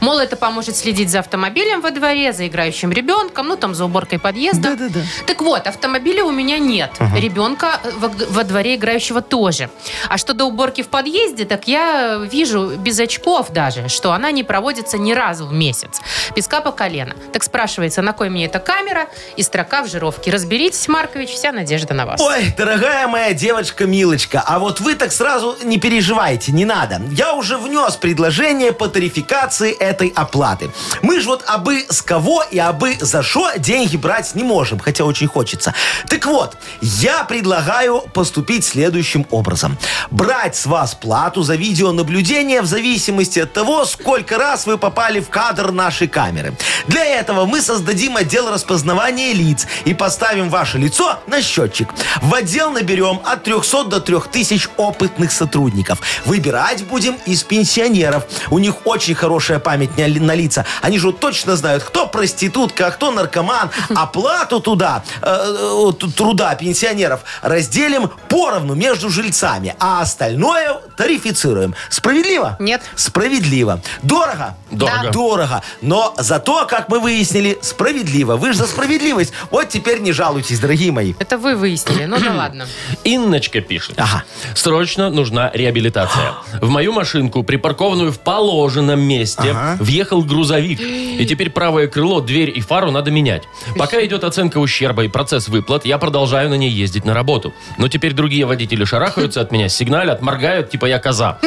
Speaker 4: Мол, это поможет следить за автомобилем во дворе, за играющим ребенком, ну, там, за уборкой подъезда.
Speaker 5: Да-да-да.
Speaker 4: Так вот, автомобиля у меня нет. Ребенка э, во, во дворе играющего тоже. А что до уборки в подъезде, так я э, вижу без очков даже, что она не проводится ни разу в месяц. Песка по колено. Так спрашивается, на кой мне эта камера и строка в жировке. Разберитесь, Маркович, вся надежда на вас.
Speaker 5: Ой, дорогая моя девочка Милочка, а вот вы так сразу не переживайте, не надо. Я уже внес предложение по тарификации этой оплаты. Мы же вот абы с кого и абы за что деньги брать не можем, хотя очень хочется. Так вот, я предлагаю поступить следующим образом. Брать с вас плату за видеонаблюдение в зависимости от того, сколько раз вы попали в кадр нашей камеры. Для этого мы создадим отдел распознавания лиц и поставим ваше лицо на счетчик. В отдел наберем от 300 до 3000 опытных сотрудников. Выбирать будем из пенсионеров. У них очень хорошая память на ли- на лица. Они же вот точно знают, кто проститутка, а кто наркоман. Оплату туда, э, э, т- труда пенсионеров, разделим поровну между жильцами, а остальное тарифицируем. Справедливо?
Speaker 4: Нет.
Speaker 5: Справедливо. Дорого?
Speaker 2: Дорого. Да.
Speaker 5: Дорого. Но зато, как мы выяснили, справедливо. Вы же за справедливость. Вот теперь не жалуйтесь, дорогие мои.
Speaker 4: Это вы выяснили. Ну да ладно.
Speaker 2: Инночка пишет.
Speaker 5: Ага.
Speaker 2: Срочно нужна реабилитация. В мою машинку, припаркованную в положенном месте, въехал грузовик. И теперь правое крыло, дверь и фару надо менять. Пока идет оценка ущерба и процесс выплат, я продолжаю на ней ездить на работу. Но теперь другие водители шарахаются от меня, сигналят, моргают, типа типа я коза.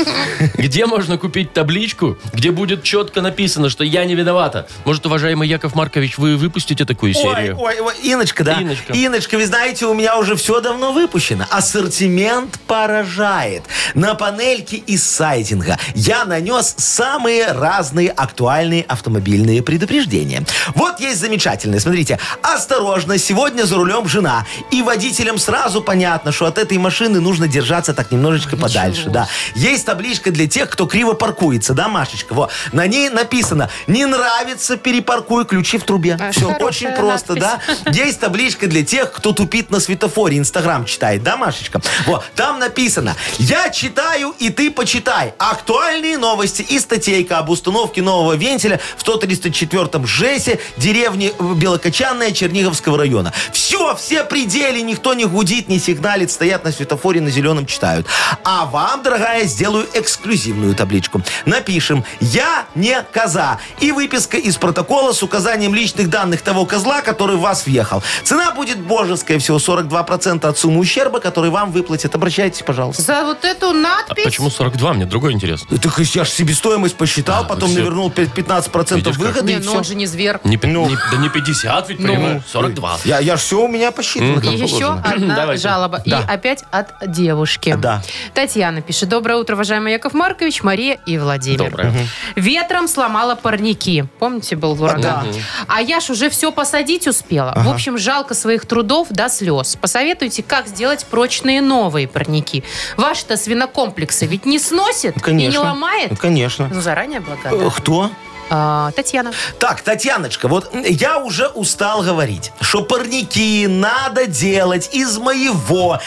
Speaker 2: Где можно купить табличку, где будет четко написано, что я не виновата? Может, уважаемый Яков Маркович, вы выпустите такую
Speaker 5: Ой,
Speaker 2: серию?
Speaker 5: ой, ой, Иночка, да?
Speaker 2: Иночка.
Speaker 5: Иночка, вы знаете, у меня уже все давно выпущено. Ассортимент поражает. На панельке из сайдинга я нанес самые разные актуальные автомобильные предупреждения. Вот есть замечательное. Смотрите. Осторожно, сегодня за рулем жена. И водителям сразу понятно, что от этой машины нужно держаться так немножечко
Speaker 2: А
Speaker 5: подальше. Да. Есть табличка для тех, кто криво паркуется, да, Машечка? Во. На ней написано «Не нравится, перепаркуй, ключи в трубе».
Speaker 4: А,
Speaker 5: Все
Speaker 4: хорошая
Speaker 5: очень просто, да? Есть табличка для тех, кто тупит на светофоре, Инстаграм читает, да, Машечка? Вот, там написано «Я читаю, и ты почитай». Актуальные новости и статейка об установке нового вентиля в 134-м ЖЭСе деревни Белокочанная Черниговского района. Все, все пределы, никто не гудит, не сигналит, стоят на светофоре, на зеленом читают. А вам, дорогая, сделаю эксклюзивную табличку. Напишем «Я не коза» и выписка из протокола с указанием личных данных того козла, который в вас въехал. Цена будет божеская, всего 42% от суммы ущерба, который вам выплатят. Обращайтесь, пожалуйста.
Speaker 4: За вот эту
Speaker 2: А
Speaker 4: надпись...
Speaker 2: Почему 42? Мне другой интересно.
Speaker 5: Так я же себестоимость
Speaker 2: А,
Speaker 5: посчитал, потом
Speaker 2: всё.
Speaker 5: навернул 15%
Speaker 2: Видишь, как.
Speaker 5: выгода
Speaker 4: Не,
Speaker 5: и
Speaker 4: ну
Speaker 5: все.
Speaker 4: он же не зверь.
Speaker 2: Не пи- не- да не 50 ведь, прямо. 42.
Speaker 5: Я, я ж все у меня посчитано.
Speaker 4: И
Speaker 5: как
Speaker 4: еще
Speaker 5: положено.
Speaker 4: одна
Speaker 2: Давайте.
Speaker 4: жалоба.
Speaker 5: Да.
Speaker 4: И опять от девушки.
Speaker 5: Да.
Speaker 4: Татьяна пишет. Доброе утро, уважаемый Яков Маркович, Мария и Владимир.
Speaker 2: Доброе.
Speaker 4: Ветром сломала парники. Помните, был ураган?
Speaker 5: Да.
Speaker 4: А я ж уже все посадить успела. В общем, жалко своих трудов до слез. Посоветуйте, как сделать прочные новые парники. Ваши-то свинокомплексы ведь не сносит и не
Speaker 5: Конечно.
Speaker 4: ломает.
Speaker 5: Конечно.
Speaker 4: Ну, заранее благодарна.
Speaker 5: Э, Кто?
Speaker 4: А, Татьяна.
Speaker 5: Так, Татьяночка, вот м, я уже устал говорить, что парники надо делать из моего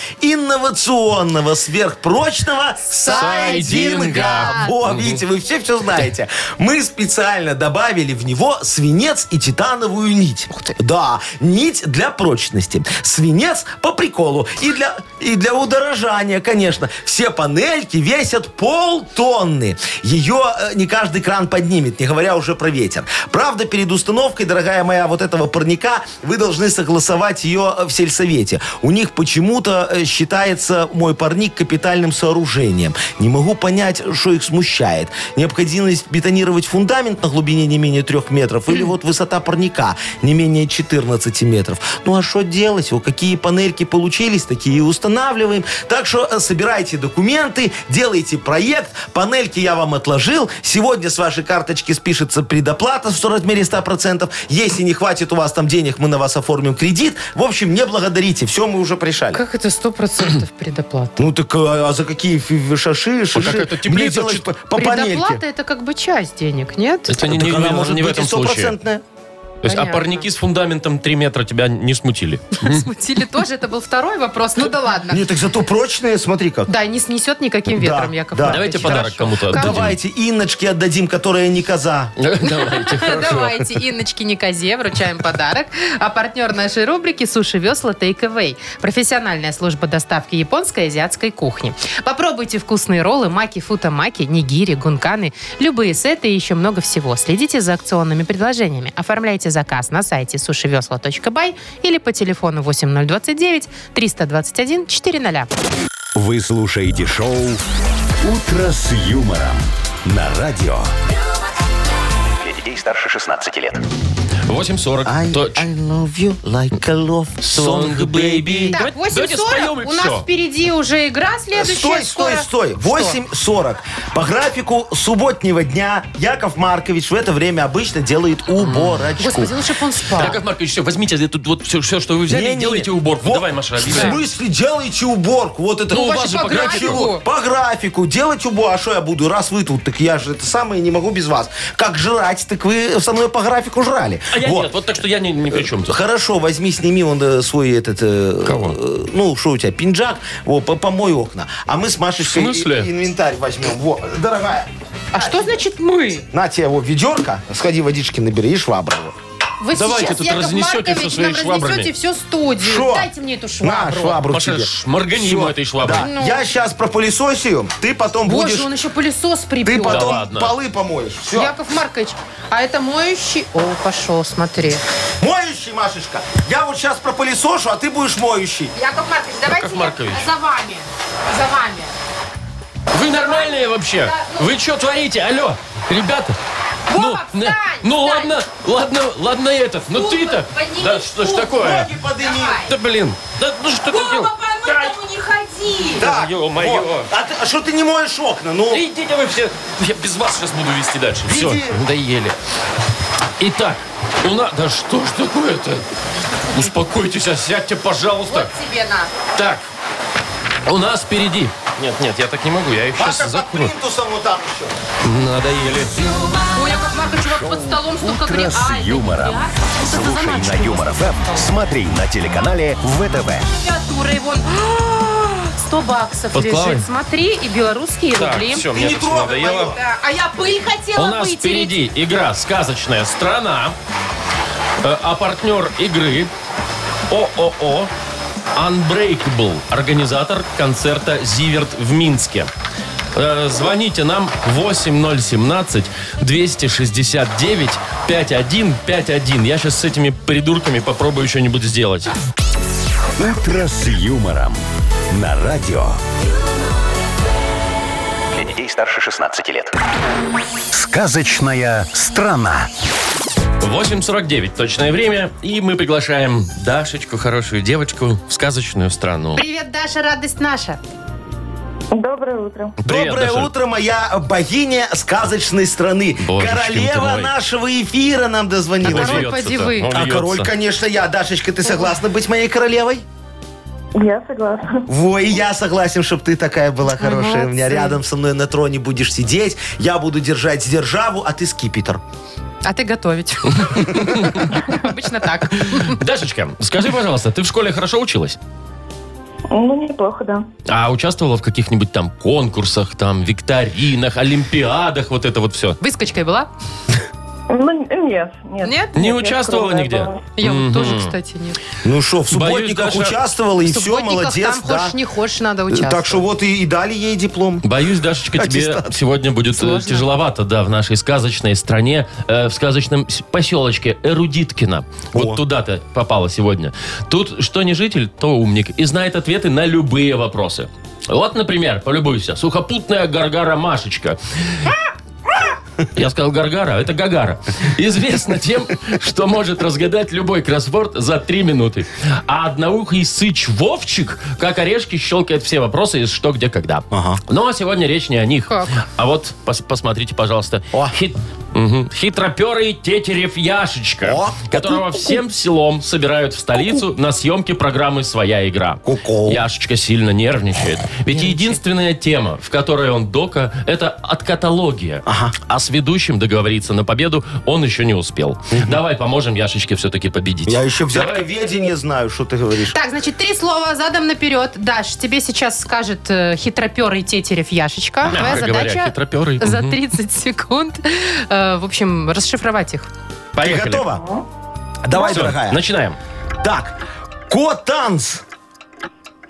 Speaker 5: инновационного сверхпрочного
Speaker 2: Сайдинга.
Speaker 5: сайдинга. Во, видите, вы все все знаете. Мы специально добавили в него свинец и титановую нить. Да, нить для прочности. Свинец по приколу. И для, и для удорожания, конечно. Все панельки весят полтонны. Ее э, не каждый кран поднимет, не говоря уже про ветер. Правда, перед установкой, дорогая моя, вот этого парника, вы должны согласовать ее э, в сельсовете. У них почему-то э, считается мой парник капитальным сооружением. Не могу понять, что их смущает. Необходимость бетонировать фундамент на глубине не менее трех метров или вот высота парника не менее 14 метров. Ну а что делать? О, какие панельки получились, такие и устанавливаем. Так что э, собирайте документы, делайте проект. Панельки я вам отложил. Сегодня с вашей карточки спишется предоплата в сто- размере 100%. Если не хватит у вас там денег, мы на вас оформим кредит. В общем, не благодарите. Все мы уже пришали.
Speaker 4: Как это сто процентов предоплата?
Speaker 5: Ну так а а за какие фи- фи- шиши, шиши?
Speaker 2: А как это,
Speaker 5: Мне
Speaker 2: теплица
Speaker 5: делать
Speaker 2: что-
Speaker 5: по, по
Speaker 4: Предоплата
Speaker 5: панельке.
Speaker 4: это как бы часть денег, нет?
Speaker 2: Это не,
Speaker 5: Так
Speaker 2: не-
Speaker 5: она
Speaker 2: не-
Speaker 5: может
Speaker 2: не в
Speaker 5: быть и
Speaker 2: этом случае.
Speaker 5: стопроцентная.
Speaker 2: То есть, а
Speaker 4: Понятно.
Speaker 2: парники с фундаментом 3 метра тебя не смутили?
Speaker 4: Смутили тоже, это был второй вопрос. Ну да ладно.
Speaker 5: Не, так зато прочные, смотри как.
Speaker 4: Да, и не снесет никаким
Speaker 5: Да,
Speaker 4: ветром, Яков
Speaker 5: да.
Speaker 4: Маркович.
Speaker 2: Давайте подарок кому-то
Speaker 4: Кому?
Speaker 2: отдадим.
Speaker 5: Давайте Инночке отдадим, которая не коза.
Speaker 2: Давайте, хорошо.
Speaker 4: Давайте, Инночке Никозе вручаем подарок. А партнер нашей рубрики «Суши весла Take Away» профессиональная служба доставки японской и азиатской кухни. Попробуйте вкусные роллы, маки, футамаки, нигири, гунканы, любые сеты и еще много всего. Следите за акционными предложениями. Оформляйте заказ на сайте сушивесла.бай или по телефону 8029 321 400.
Speaker 1: Вы слушаете шоу «Утро с юмором» на радио.
Speaker 10: Для детей старше 16 лет.
Speaker 2: 8.40. Точно.
Speaker 5: love you like a love
Speaker 2: song, baby.
Speaker 4: Так,
Speaker 2: Давайте- давайте споем
Speaker 4: 8.40.
Speaker 2: и
Speaker 4: У нас
Speaker 2: всё.
Speaker 4: впереди уже игра следующая.
Speaker 5: Стой, стой,
Speaker 4: скоро.
Speaker 5: стой.
Speaker 4: Что?
Speaker 5: 8.40. По графику субботнего дня Яков Маркович в это время обычно делает уборочку.
Speaker 4: Господи, лучше бы он спал.
Speaker 2: Яков Маркович, все, возьмите это тут вот все, что вы взяли, и
Speaker 5: Не-не-не.
Speaker 2: делайте уборку.
Speaker 5: Во-
Speaker 2: Давай, Маша,
Speaker 5: В
Speaker 2: объясняй.
Speaker 5: смысле делаете уборку? Вот это
Speaker 2: Ну, у
Speaker 5: вот
Speaker 2: вас же по графику.
Speaker 5: По графику. Делать уборку. А что я буду? Раз вы тут, так я же это самое не могу без вас. Как жрать, так вы со мной по графику жрали.
Speaker 2: А я нет, вот так что я ни, ни при чем.
Speaker 5: Хорошо, возьми, сними он э, свой этот... э,
Speaker 2: Кого?
Speaker 5: э, ну, что у тебя, пинджак? Во, по- помой окна. А мы с Машечкой
Speaker 2: В смысле?
Speaker 5: и- инвентарь возьмем. Во, дорогая,
Speaker 4: А что значит мы?
Speaker 5: на тебе его ведерко, сходи водички набери и швабру. его.
Speaker 4: Вы
Speaker 2: Давайте
Speaker 4: сейчас,
Speaker 2: тут
Speaker 4: Яков
Speaker 2: разнесете
Speaker 4: Маркович,
Speaker 2: всё своей
Speaker 4: нам
Speaker 2: швабрами.
Speaker 4: разнесете всю студию.
Speaker 5: Шо?
Speaker 4: Дайте мне эту
Speaker 5: На,
Speaker 4: швабру. Ну.
Speaker 5: швабру
Speaker 2: Маша,
Speaker 5: тебе.
Speaker 2: шморгани ему этой шваброй.
Speaker 5: Да. Я сейчас пропылесосию, ты потом
Speaker 4: Боже,
Speaker 5: будешь...
Speaker 4: он еще пылесос прибил.
Speaker 5: Ты потом
Speaker 2: ладно.
Speaker 5: полы помоешь. Все.
Speaker 4: Яков Маркович, а это моющий... О, пошел, смотри.
Speaker 5: Моющий, Машечка. Я вот сейчас пропылесошу, а ты будешь моющий.
Speaker 4: Яков Маркович, давайте
Speaker 2: Яков Маркович.
Speaker 4: я за вами. За вами.
Speaker 2: Вы нормальные вообще? Вы что творите? Алло, ребята. ну,
Speaker 4: Вова,
Speaker 2: на-
Speaker 4: встань,
Speaker 2: ну
Speaker 4: встань.
Speaker 2: ладно, ладно, ладно этот. Ну
Speaker 3: Вова,
Speaker 2: ты-то.
Speaker 3: подними
Speaker 2: Да что ж
Speaker 3: стул,
Speaker 2: такое?
Speaker 5: Ноги подними.
Speaker 3: Давай.
Speaker 2: Да блин. Да ну что ты делаешь?
Speaker 3: Вова, по-мытому не ходи.
Speaker 5: Так,
Speaker 2: Ё-моё.
Speaker 5: вот. А ты- а что ты не моешь окна? Ну,
Speaker 2: Да идите вы все. Я без вас сейчас буду вести дальше. Все,
Speaker 5: Иди.
Speaker 2: надоели. Итак, у нас... Да что ж такое-то? Успокойтесь, а сядьте, пожалуйста.
Speaker 4: тебе на.
Speaker 2: Так, у нас впереди... Нет, нет, я так не могу, я их сейчас
Speaker 5: Паша под
Speaker 2: закрою.
Speaker 5: плинтусом вот там еще.
Speaker 2: Надоели.
Speaker 4: Ой, Яков Маркович, у вас под столом столько
Speaker 1: Утро
Speaker 4: грязи.
Speaker 1: с
Speaker 4: Ай,
Speaker 1: юмором.
Speaker 4: грязь. Что это за
Speaker 1: Слушай на
Speaker 4: начос?
Speaker 1: Юмор Эм. ФМ, смотри на телеканале ВТВ.
Speaker 4: Клавиатура и вон. А, 100 баксов
Speaker 2: Под клавой?
Speaker 4: лежит. Смотри, и белорусские
Speaker 2: Так,
Speaker 4: рубли.
Speaker 2: все,
Speaker 5: Ты
Speaker 2: мне
Speaker 5: не
Speaker 2: это всё
Speaker 5: трогай
Speaker 2: надоело.
Speaker 5: мое.
Speaker 3: Да, А я пыль
Speaker 2: У
Speaker 3: хотела
Speaker 2: нас
Speaker 3: вытереть.
Speaker 2: впереди игра «Сказочная страна», э, а партнер игры ООО Unbreakable, организатор концерта «Зиверт» в Минске. Э, Звоните нам 8017-269-5151. Я сейчас с этими придурками попробую что-нибудь сделать.
Speaker 1: Утро с юмором. На радио.
Speaker 10: Для детей старше 16 лет.
Speaker 1: Сказочная страна.
Speaker 2: 8.49 точное время, и мы приглашаем Дашечку, хорошую девочку, в сказочную страну.
Speaker 4: Привет, Даша, радость наша.
Speaker 8: Доброе утро.
Speaker 2: Привет,
Speaker 5: Доброе
Speaker 2: Даша.
Speaker 5: утро, моя богиня сказочной страны.
Speaker 2: Божечкин ну ты
Speaker 5: Королева
Speaker 2: мой.
Speaker 5: нашего эфира нам
Speaker 4: А
Speaker 5: дозвонилась.
Speaker 2: Она
Speaker 4: король
Speaker 2: вьется-то,
Speaker 4: поди вы.
Speaker 2: он
Speaker 5: А
Speaker 2: вьется.
Speaker 5: король, конечно, я. Дашечка, ты согласна быть моей королевой?
Speaker 8: Я согласна.
Speaker 5: Во, и я согласен, чтобы ты такая была хорошая. У меня
Speaker 4: молодцы.
Speaker 5: рядом со мной на троне будешь сидеть. Я буду держать державу, а ты скипетр.
Speaker 4: А ты готовить. Обычно так.
Speaker 2: Дашечка, скажи, пожалуйста, ты в школе хорошо училась?
Speaker 8: Ну, неплохо, да.
Speaker 2: А участвовала в каких-нибудь там конкурсах, там, викторинах, олимпиадах, вот это вот все?
Speaker 4: Выскочкой была?
Speaker 8: Ну, нет, нет.
Speaker 4: Нет?
Speaker 2: Не
Speaker 8: я
Speaker 2: участвовала
Speaker 8: скромная
Speaker 2: нигде?
Speaker 8: была.
Speaker 4: Я вот
Speaker 2: Мгм.
Speaker 4: тоже, кстати, нет.
Speaker 5: Ну что, в субботниках
Speaker 2: Даша,
Speaker 5: участвовала, и
Speaker 4: В
Speaker 5: все,
Speaker 4: субботниках
Speaker 5: молодец,
Speaker 4: там
Speaker 5: да. Э,
Speaker 4: хочешь, не хочешь, надо участвовать.
Speaker 5: Так что вот и, и дали ей диплом.
Speaker 2: Боюсь, Дашечка, тебе
Speaker 5: Аттестат.
Speaker 2: сегодня будет э,
Speaker 4: Сложно.
Speaker 2: тяжеловато, да, в нашей сказочной стране, э, в сказочном с- поселочке Эрудиткино. Вот
Speaker 5: О.
Speaker 2: туда ты попала сегодня. Тут что не житель, то умник. И знает ответы на любые вопросы. Вот, например, полюбуйся, сухопутная гаргара Машечка. Я сказал Гаргара, это Гагара. Известно тем, что может разгадать любой кроссворд за три минуты. А одноухий сыч Вовчик, как орешки, щелкает все вопросы из что, где, когда. Но сегодня речь не о них.
Speaker 4: Как?
Speaker 2: А вот пос- посмотрите, пожалуйста.
Speaker 5: О.
Speaker 2: Хит... мгм. Хитроперый тетерев Яшечка,
Speaker 5: О.
Speaker 2: которого всем селом собирают в столицу на съемки программы «Своя игра».
Speaker 5: Ку-ку.
Speaker 2: Яшечка сильно нервничает. Ведь единственная тема, в которой он дока, это откатология. А с ведущим договориться на победу он еще не успел. Давай поможем Яшечке все-таки победить.
Speaker 5: Я еще
Speaker 2: Давай.
Speaker 5: взятковедение знаю, что ты говоришь.
Speaker 4: Так, значит, три слова задом наперед. Даш, тебе сейчас скажет э, хитроперый тетерев Яшечка. Твоя
Speaker 2: Мягко говоря,
Speaker 4: задача
Speaker 2: хитроперый.
Speaker 4: за
Speaker 2: Мгм.
Speaker 4: 30 секунд, э, в общем, расшифровать их.
Speaker 5: Ты
Speaker 2: Поехали.
Speaker 5: готова? Давай,
Speaker 2: Всё,
Speaker 5: дорогая.
Speaker 2: начинаем.
Speaker 5: Так, котанс.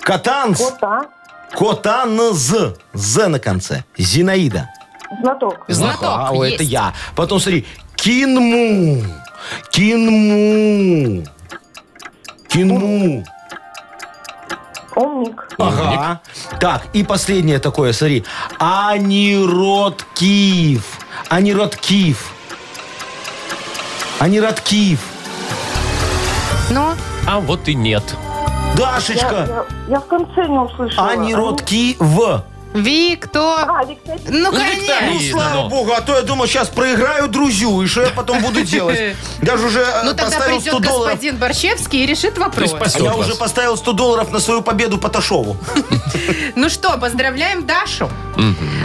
Speaker 5: Котанс.
Speaker 8: Кота,
Speaker 5: Котанз. З на конце. Зинаида.
Speaker 8: знаток,
Speaker 4: Знаток
Speaker 5: А, о, это
Speaker 4: есть.
Speaker 5: я. Потом смотри. Кинму. Кинму. Кинму.
Speaker 8: умник,
Speaker 5: Ага. Так, и последнее такое, смотри. Аниродкиев. Аниродкиев. Аниродкиев.
Speaker 4: Ну,
Speaker 2: А вот и нет.
Speaker 8: Я,
Speaker 5: Дашечка.
Speaker 8: я- я в конце не услышала.
Speaker 5: Аниродкиев.
Speaker 4: Виктор.
Speaker 8: А, Виктория,
Speaker 4: Ну,
Speaker 2: Виктория.
Speaker 4: конечно.
Speaker 5: Ну,
Speaker 2: Видно,
Speaker 5: слава
Speaker 2: ну.
Speaker 5: богу, а то я думал, сейчас проиграю друзью, и что я потом буду делать? Я же уже э,
Speaker 4: Ну, тогда
Speaker 5: поставил 100
Speaker 4: придет
Speaker 5: долларов.
Speaker 4: господин Борщевский и решит вопрос.
Speaker 2: Ты спас-
Speaker 5: А я
Speaker 2: Всё,
Speaker 5: уже
Speaker 2: класс.
Speaker 5: поставил 100 долларов на свою победу по Ташову.
Speaker 4: Ну что, поздравляем Дашу.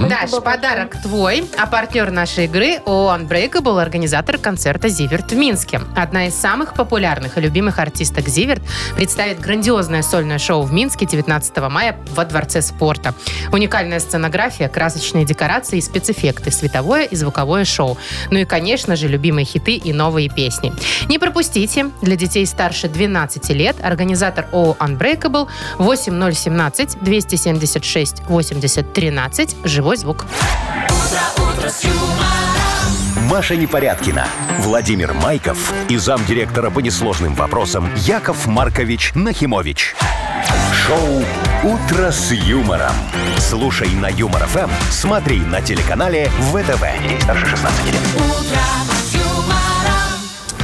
Speaker 4: Даш, подарок твой, а партнер нашей игры ООО Unbreakable, организатор концерта «Зиверт» в Минске. Одна из самых популярных и любимых артисток «Зиверт» представит грандиозное сольное шоу в Минске 19 мая во Дворце спорта. Уникальная сценография, красочные декорации и спецэффекты, световое и звуковое шоу. Ну и, конечно же, любимые хиты и новые песни. Не пропустите. Для детей старше 12 лет организатор ООО Unbreakable 8017 276 80 13 «Живой звук».
Speaker 1: Маша Непорядкина, Владимир Майков и замдиректора по несложным вопросам Яков Маркович Нахимович. Шоу «Утро с юмором». Слушай на Юмор ФМ, смотри на телеканале ВТВ. Здесь старше 16 лет.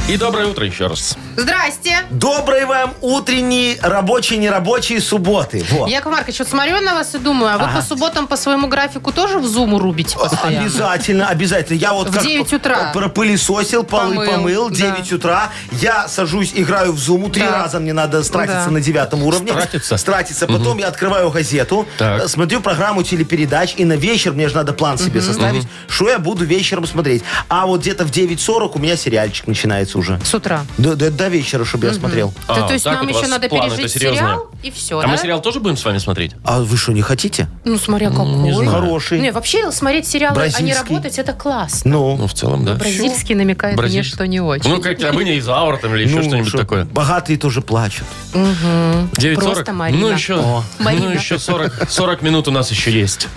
Speaker 2: И доброе утро еще раз.
Speaker 4: Здрасте.
Speaker 5: Доброй вам утренней рабочей, нерабочей субботы. Во.
Speaker 4: Яков Маркович, вот смотрю я на вас и думаю, а вы по субботам по своему графику тоже в зуму рубите
Speaker 2: А,
Speaker 4: постоянно?
Speaker 5: Обязательно, обязательно. Я вот
Speaker 4: В
Speaker 5: как
Speaker 4: 9 утра.
Speaker 5: пропылесосил, полы
Speaker 4: Помыл,
Speaker 5: помыл, 9 утра. Я сажусь, играю в зуму. Три
Speaker 4: Так.
Speaker 5: раза мне надо стратиться
Speaker 4: Да.
Speaker 5: на девятом уровне.
Speaker 2: Стратиться?
Speaker 5: Стратиться. Потом я открываю газету,
Speaker 2: Так.
Speaker 5: э, смотрю программу телепередач, и на вечер мне же надо план себе составить, что я буду вечером смотреть. А вот где-то в 9.40 у меня сериальчик начинается уже.
Speaker 4: С утра.
Speaker 5: До, до- до вечера, чтобы я смотрел.
Speaker 4: Да,
Speaker 2: А,
Speaker 4: то есть
Speaker 2: так
Speaker 4: нам
Speaker 2: вот у
Speaker 4: еще
Speaker 2: вас
Speaker 4: надо
Speaker 2: планы-то
Speaker 4: пережить
Speaker 2: серьезные.
Speaker 4: сериал, и все,
Speaker 2: А
Speaker 4: да?
Speaker 2: мы сериал тоже будем с вами смотреть?
Speaker 5: А вы что, не хотите?
Speaker 4: Ну, смотря какой.
Speaker 5: Хороший.
Speaker 4: Не, вообще смотреть сериалы, а не
Speaker 5: Бразильский.
Speaker 4: работать, это классно.
Speaker 5: Ну.
Speaker 2: в целом, да.
Speaker 4: Бразильский намекает мне, что не очень.
Speaker 2: Ну, как рабыня из Аура там или еще
Speaker 5: Ну,
Speaker 2: что-нибудь
Speaker 5: что,
Speaker 2: такое.
Speaker 5: Богатые тоже плачут.
Speaker 2: 9.40.
Speaker 4: Просто Марина.
Speaker 2: Ну, еще, ну,
Speaker 4: Марина.
Speaker 2: еще 40, 40 минут у нас еще есть.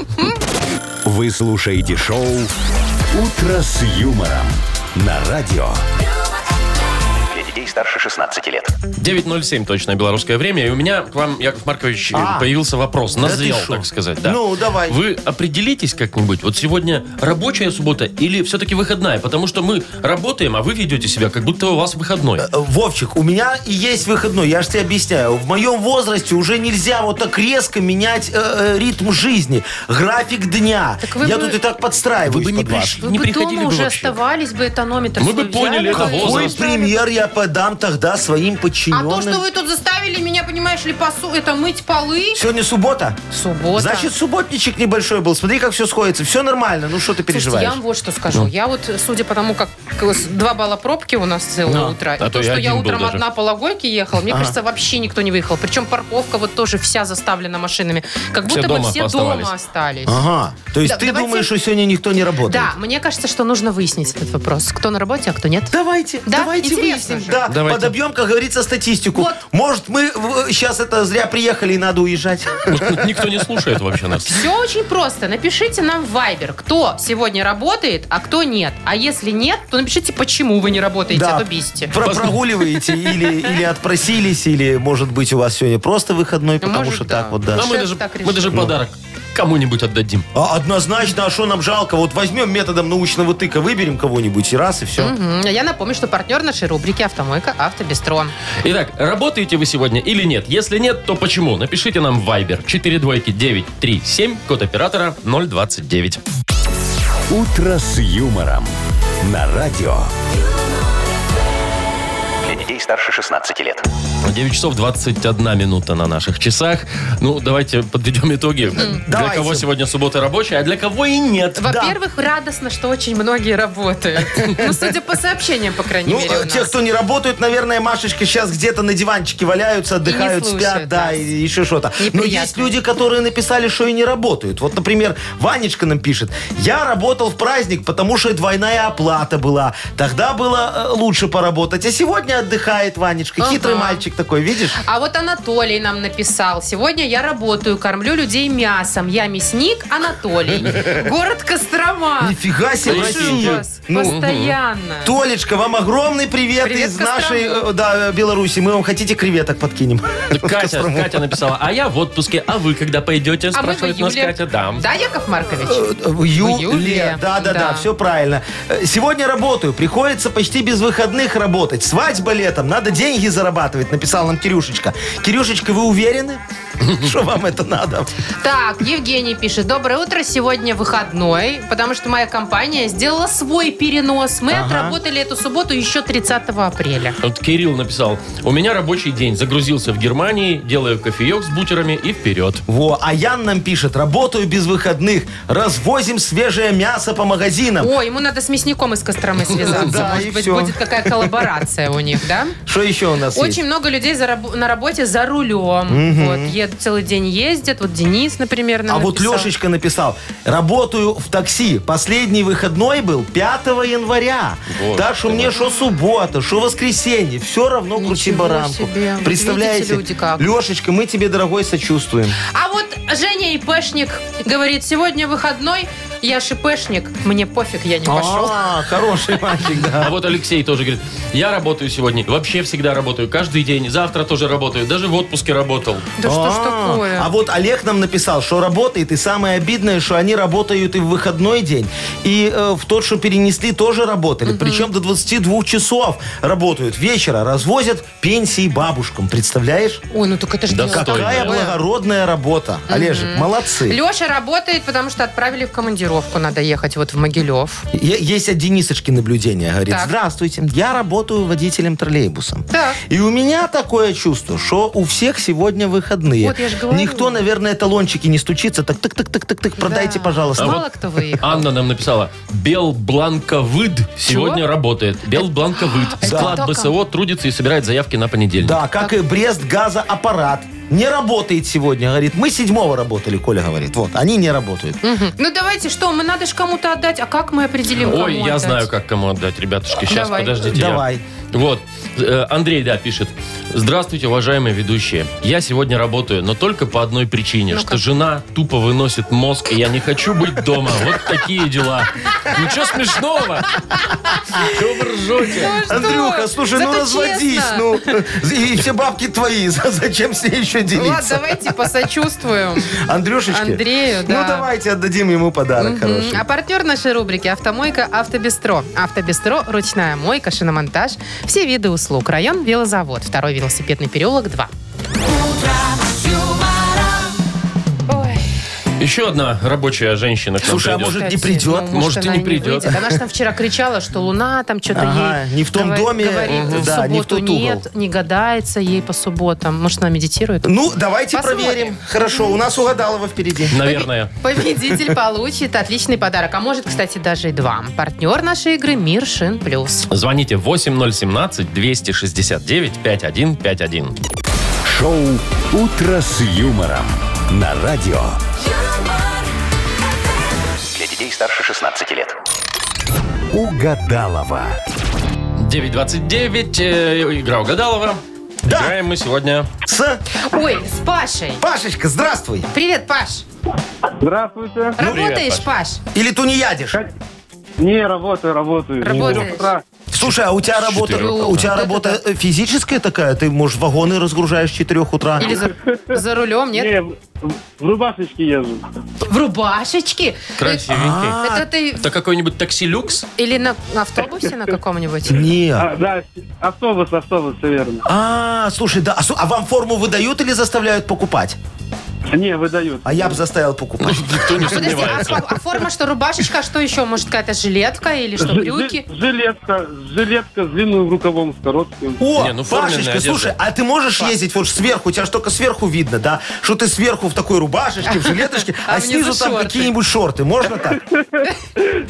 Speaker 1: Вы слушаете шоу «Утро с юмором» на радио.
Speaker 10: Для детей старше 16 лет.
Speaker 2: 9.07 точное белорусское время. И у меня к вам, Яков Маркович, э,
Speaker 5: А.
Speaker 2: появился вопрос. Назрел,
Speaker 5: ты шо?
Speaker 2: так сказать. Да.
Speaker 5: Ну, давай.
Speaker 2: Вы определитесь как-нибудь, вот сегодня рабочая суббота или все-таки выходная? Потому что мы работаем, а вы ведете себя, как будто у вас выходной.
Speaker 5: Э, Вовчик, у меня и есть выходной, я же тебе объясняю. В моем возрасте уже нельзя вот так резко менять э, э, ритм жизни, график дня.
Speaker 4: Так вы
Speaker 5: я
Speaker 4: бы-
Speaker 5: тут и так подстраиваюсь
Speaker 2: Вы бы не
Speaker 5: под вас.
Speaker 2: пришли,
Speaker 4: Вы
Speaker 2: не
Speaker 4: бы
Speaker 2: приходили
Speaker 4: дома
Speaker 2: бы
Speaker 4: уже
Speaker 2: вообще.
Speaker 4: оставались бы, тонометр
Speaker 2: Мы
Speaker 4: свой
Speaker 2: бы поняли,
Speaker 4: взяли
Speaker 2: это
Speaker 4: бы и
Speaker 5: Какой
Speaker 2: возраст.
Speaker 4: исправили
Speaker 5: пример я подам тогда своим
Speaker 4: А
Speaker 5: подчиненным?
Speaker 4: то, что вы тут заставили меня, понимаешь ли, посу... это мыть полы?
Speaker 5: Сегодня суббота?
Speaker 4: Суббота.
Speaker 5: Значит, субботничек небольшой был. Смотри, как все сходится. Все нормально. Ну что ты
Speaker 4: Слушайте,
Speaker 5: переживаешь?
Speaker 4: я вам вот что скажу.
Speaker 2: Ну.
Speaker 4: Я вот, судя по тому, как с- два балла пробки у нас целое
Speaker 2: Да.
Speaker 4: утро, и
Speaker 2: А
Speaker 4: то,
Speaker 2: то я
Speaker 4: что я
Speaker 2: один был
Speaker 4: утром
Speaker 2: даже.
Speaker 4: одна по Логойке ехала, мне кажется, вообще никто не выехал. Причем парковка вот тоже вся заставлена машинами. Как
Speaker 2: Все
Speaker 4: будто бы
Speaker 2: дома А,
Speaker 4: все
Speaker 2: пооставались.
Speaker 4: дома остались.
Speaker 5: Ага. То есть
Speaker 4: Да,
Speaker 5: ты
Speaker 4: давайте-
Speaker 5: думаешь, что сегодня никто не работает?
Speaker 4: Да, мне кажется, что нужно выяснить этот вопрос. Кто на работе, а кто нет.
Speaker 5: Давайте,
Speaker 4: Да?
Speaker 5: давайте
Speaker 4: Интересно
Speaker 5: выясним.
Speaker 4: же.
Speaker 5: Да,
Speaker 2: Давайте.
Speaker 5: подобьем, как говорится, статистику.
Speaker 4: Вот.
Speaker 5: Может, мы сейчас это зря приехали и надо уезжать.
Speaker 2: Вот Никто не слушает вообще нас.
Speaker 4: Все очень просто. Напишите нам в Viber, кто сегодня работает, а кто нет. А если нет, то напишите, почему вы не работаете,
Speaker 5: Да.
Speaker 4: а то бесите.
Speaker 5: Про- прогуливаете или, или отпросились, или, может быть, у вас сегодня просто выходной, потому
Speaker 4: Ну, может,
Speaker 5: что
Speaker 4: да.
Speaker 5: так вот, да.
Speaker 2: А мы
Speaker 4: Шеф
Speaker 2: даже,
Speaker 4: так решил.
Speaker 2: мы даже подарок кому-нибудь отдадим.
Speaker 5: А, однозначно, а что нам жалко? Вот возьмем методом научного тыка, выберем кого-нибудь и раз, и все.
Speaker 4: Мгм. Я напомню, что партнер нашей рубрики «Автомойка Автобестро».
Speaker 2: Итак, работаете вы сегодня или нет? Если нет, то почему? Напишите нам в Viber 42937, код оператора 029.
Speaker 1: «Утро с юмором» на радио.
Speaker 10: Для детей старше 16 лет.
Speaker 2: 9 часов 21 минута на наших часах. Ну, давайте подведем итоги. Для
Speaker 5: Давайте.
Speaker 2: кого сегодня суббота рабочая, а для кого и нет.
Speaker 4: Во-первых, радостно, что очень многие работают. Ну, судя по сообщениям, по крайней
Speaker 5: Ну,
Speaker 4: мере, у
Speaker 5: э,
Speaker 4: нас.
Speaker 5: те, кто не работают, наверное, Машечка, сейчас где-то на диванчике валяются, отдыхают,
Speaker 4: слушают
Speaker 5: спят, да,
Speaker 4: нас.
Speaker 5: и еще что-то. Но
Speaker 4: Неприятно.
Speaker 5: есть люди, которые написали, что и не работают. Вот, например, Ванечка нам пишет, я работал в праздник, потому что двойная оплата была. Тогда было э, лучше поработать, а сегодня отдыхает Ванечка.
Speaker 4: Ага.
Speaker 5: Хитрый мальчик такой, видишь?
Speaker 4: А вот Анатолий нам написал. Сегодня я работаю, кормлю людей мясом. Я мясник Анатолий. Город Кострома.
Speaker 5: Нифига себе, Ну,
Speaker 4: Слушаю
Speaker 5: Россия.
Speaker 4: А, вас Постоянно.
Speaker 5: Толечка, вам огромный привет,
Speaker 4: Привет,
Speaker 5: из
Speaker 4: Костромы.
Speaker 5: нашей э, да, э, Беларуси. Мы вам хотите креветок подкинем.
Speaker 2: Катя, Катя написала, а я в отпуске, а вы когда
Speaker 4: А
Speaker 2: пойдете,
Speaker 4: мы в
Speaker 2: спрашивает нас
Speaker 4: июле.
Speaker 2: Катя. Да.
Speaker 4: Да, Яков Маркович?
Speaker 5: Э, В
Speaker 4: В июле.
Speaker 5: июле. Да, да,
Speaker 4: Да.
Speaker 5: да, все правильно. Э, Сегодня работаю. Приходится почти без выходных работать. Свадьба летом. Надо деньги зарабатывать, написал нам Кирюшечка. Кирюшечка, вы уверены, что вам это надо?
Speaker 4: Так, Евгений пишет. Доброе утро, сегодня выходной, потому что моя компания сделала свой перенос. Мы отработали эту субботу еще 30 апреля.
Speaker 2: Вот Кирилл написал, у меня рабочий день, загрузился в Германии, делаю кофеек с бутерами и вперед.
Speaker 5: Во, а Ян нам пишет, работаю без выходных, развозим свежее мясо по магазинам.
Speaker 4: О, ему надо с мясником из Костромы связаться.
Speaker 5: Да,
Speaker 4: Может
Speaker 5: и
Speaker 4: быть,
Speaker 5: всё.
Speaker 4: будет какая коллаборация у них, да?
Speaker 5: Что еще у нас
Speaker 4: Очень
Speaker 5: есть?
Speaker 4: много людей за рабо- на работе за рулем. Вот, едут целый день ездят. Вот Денис, например, нам
Speaker 5: А вот
Speaker 4: написал.
Speaker 5: Лешечка написал, работаю в такси. Последний выходной был 5 января.
Speaker 2: Вот
Speaker 5: так что мне что суббота, что воскресенье, все равно крути
Speaker 4: Ничего
Speaker 5: баранку.
Speaker 4: себе.
Speaker 5: Представляете?
Speaker 4: Видите, люди как.
Speaker 5: Лешечка, мы тебе, дорогой, сочувствуем.
Speaker 4: А вот Женя Ипэшник говорит, сегодня выходной, Я шипешник, мне пофиг, я не пошел.
Speaker 5: А, хороший мальчик,
Speaker 2: А
Speaker 5: да.
Speaker 2: вот Алексей тоже говорит, я работаю сегодня, вообще всегда работаю, каждый день, завтра тоже работаю, даже в отпуске работал.
Speaker 4: Да что ж
Speaker 5: А,
Speaker 4: такое?
Speaker 5: А вот Олег нам написал, что работает, и самое обидное, что они работают и в выходной день, и э, в тот, что перенесли, тоже работали. Причем до 22 часов работают. Вечера развозят пенсии бабушкам. Представляешь?
Speaker 4: Ой, ну так это же
Speaker 2: Да
Speaker 4: дело
Speaker 2: Стойная.
Speaker 5: Какая
Speaker 4: такое.
Speaker 5: благородная работа. Олежек, молодцы.
Speaker 4: Леша работает, потому что отправили в командировку. Надо ехать вот в Могилев.
Speaker 5: Е- Есть от Денисочки наблюдение. Говорит,
Speaker 4: Так.
Speaker 5: здравствуйте, я работаю водителем троллейбуса.
Speaker 4: Так.
Speaker 5: И у меня такое чувство, что у всех сегодня выходные.
Speaker 4: Вот я ж говорю.
Speaker 5: Никто, наверное, талончики не стучится. Так, так, так, так, так, так, продайте,
Speaker 4: Да. А
Speaker 5: пожалуйста.
Speaker 4: Мало кто выехал.
Speaker 2: Анна нам написала, Белбланковыд сегодня работает. Белбланковыд.
Speaker 4: Это
Speaker 2: Склад
Speaker 4: А кто
Speaker 2: БСО трудится и собирает заявки на понедельник.
Speaker 5: Да, как и Брест газоаппарат. Не работает сегодня, говорит. Мы седьмого работали, Коля говорит. Вот, они не работают.
Speaker 4: Мгм. Ну давайте что, мы надо же кому-то отдать. А как мы определим, кому
Speaker 2: Ой, я
Speaker 4: отдать?
Speaker 2: знаю, как кому отдать, ребятушки. Сейчас,
Speaker 4: Давай.
Speaker 2: подождите. я-
Speaker 5: Давай.
Speaker 2: Вот. Э, Андрей, да, пишет. Здравствуйте, уважаемые ведущие. Я сегодня работаю, но только по одной причине,
Speaker 4: Ну-ка.
Speaker 2: что жена тупо выносит мозг, и я не хочу быть дома. Вот такие дела. Ничего смешного. Чего вы ржете?
Speaker 4: Ну что?
Speaker 5: Андрюха, слушай, ну
Speaker 4: Зато
Speaker 5: разводись,
Speaker 4: честно.
Speaker 5: ну. И все бабки твои, зачем с ней еще
Speaker 4: Ладно,
Speaker 5: делиться?
Speaker 4: давайте посочувствуем.
Speaker 5: Андрюшечки?
Speaker 4: Андрею, да.
Speaker 5: Ну, давайте отдадим ему подарок хороший.
Speaker 4: Мгм. А партнер нашей рубрики «Автомойка Автобестро». Автобестро – ручная мойка, шиномонтаж, все виды услуг. Район «Велозавод», второй велосипедный переулок 2. Ой,
Speaker 2: Еще одна рабочая женщина к нам
Speaker 5: Слушай, а
Speaker 2: придет.
Speaker 5: может, не
Speaker 4: кстати,
Speaker 5: придет?
Speaker 4: ну,
Speaker 2: Может, и
Speaker 4: она
Speaker 2: не придет.
Speaker 4: выйдет. Она же там вчера кричала, что луна там что-то
Speaker 5: Ага,
Speaker 4: ей...
Speaker 5: не в том
Speaker 4: говорит-
Speaker 5: доме,
Speaker 4: Говорит,
Speaker 5: мгм,
Speaker 4: в
Speaker 5: да, не в
Speaker 4: субботу
Speaker 5: тот угол.
Speaker 4: нет, не гадается ей по субботам. Может, она медитирует?
Speaker 5: Ну, давайте
Speaker 4: Посмотрим.
Speaker 5: проверим. Хорошо, у нас угадалово впереди.
Speaker 2: Наверное.
Speaker 4: Победитель получит отличный подарок. А может, кстати, даже и два. Партнер нашей игры «Мир Шин Плюс».
Speaker 2: Звоните 8017-269-5151.
Speaker 1: Шоу «Утро с юмором» на радио.
Speaker 10: Для детей старше 16 лет.
Speaker 1: Угадалова.
Speaker 2: 929. э, Игра угадалова.
Speaker 5: Да.
Speaker 2: Играем мы сегодня.
Speaker 5: С...
Speaker 4: Ой, с Пашей.
Speaker 5: Пашечка, здравствуй.
Speaker 4: Привет, Паш.
Speaker 6: Здравствуйте.
Speaker 4: Работаешь,
Speaker 2: Ну, привет,
Speaker 4: Паш?
Speaker 5: Или тунеядишь?
Speaker 6: Не, работаю, работаю.
Speaker 4: Работаешь?
Speaker 6: С утра.
Speaker 5: Слушай, а у тебя работа,
Speaker 2: четырех
Speaker 5: у тебя
Speaker 4: утра.
Speaker 5: работа э, физическая такая? Ты, может, вагоны разгружаешь с 4 утра?
Speaker 4: Или за, за рулем, нет?
Speaker 6: Не, в в рубашечке езжу.
Speaker 4: В рубашечке?
Speaker 2: Красивенький.
Speaker 4: Э, Это ты
Speaker 2: Это какой-нибудь такси-люкс?
Speaker 4: или на на автобусе на каком-нибудь?
Speaker 5: Нет.
Speaker 6: А, да, автобус, автобус, все верно.
Speaker 5: А, слушай, да, а су- а вам форму выдают или заставляют покупать?
Speaker 6: Не, выдают.
Speaker 5: А я бы заставил покупать.
Speaker 2: Никто не
Speaker 4: Подожди, а,
Speaker 2: сомневается.
Speaker 4: фо- а форма что, рубашечка, а что еще? Может, какая-то жилетка или что,
Speaker 6: Жи-
Speaker 4: брюки?
Speaker 6: жи- Жилетка, жилетка с длинным рукавом, с коротким.
Speaker 5: О,
Speaker 2: Не, ну, форменная
Speaker 5: Пашечка,
Speaker 2: одежда.
Speaker 5: слушай, а ты можешь ездить вот сверху, у тебя же только сверху видно, да? Что ты сверху в такой рубашечке, в жилеточке,
Speaker 4: А
Speaker 5: а
Speaker 4: внизу
Speaker 5: снизу там
Speaker 4: шорты.
Speaker 5: какие-нибудь шорты. Можно так?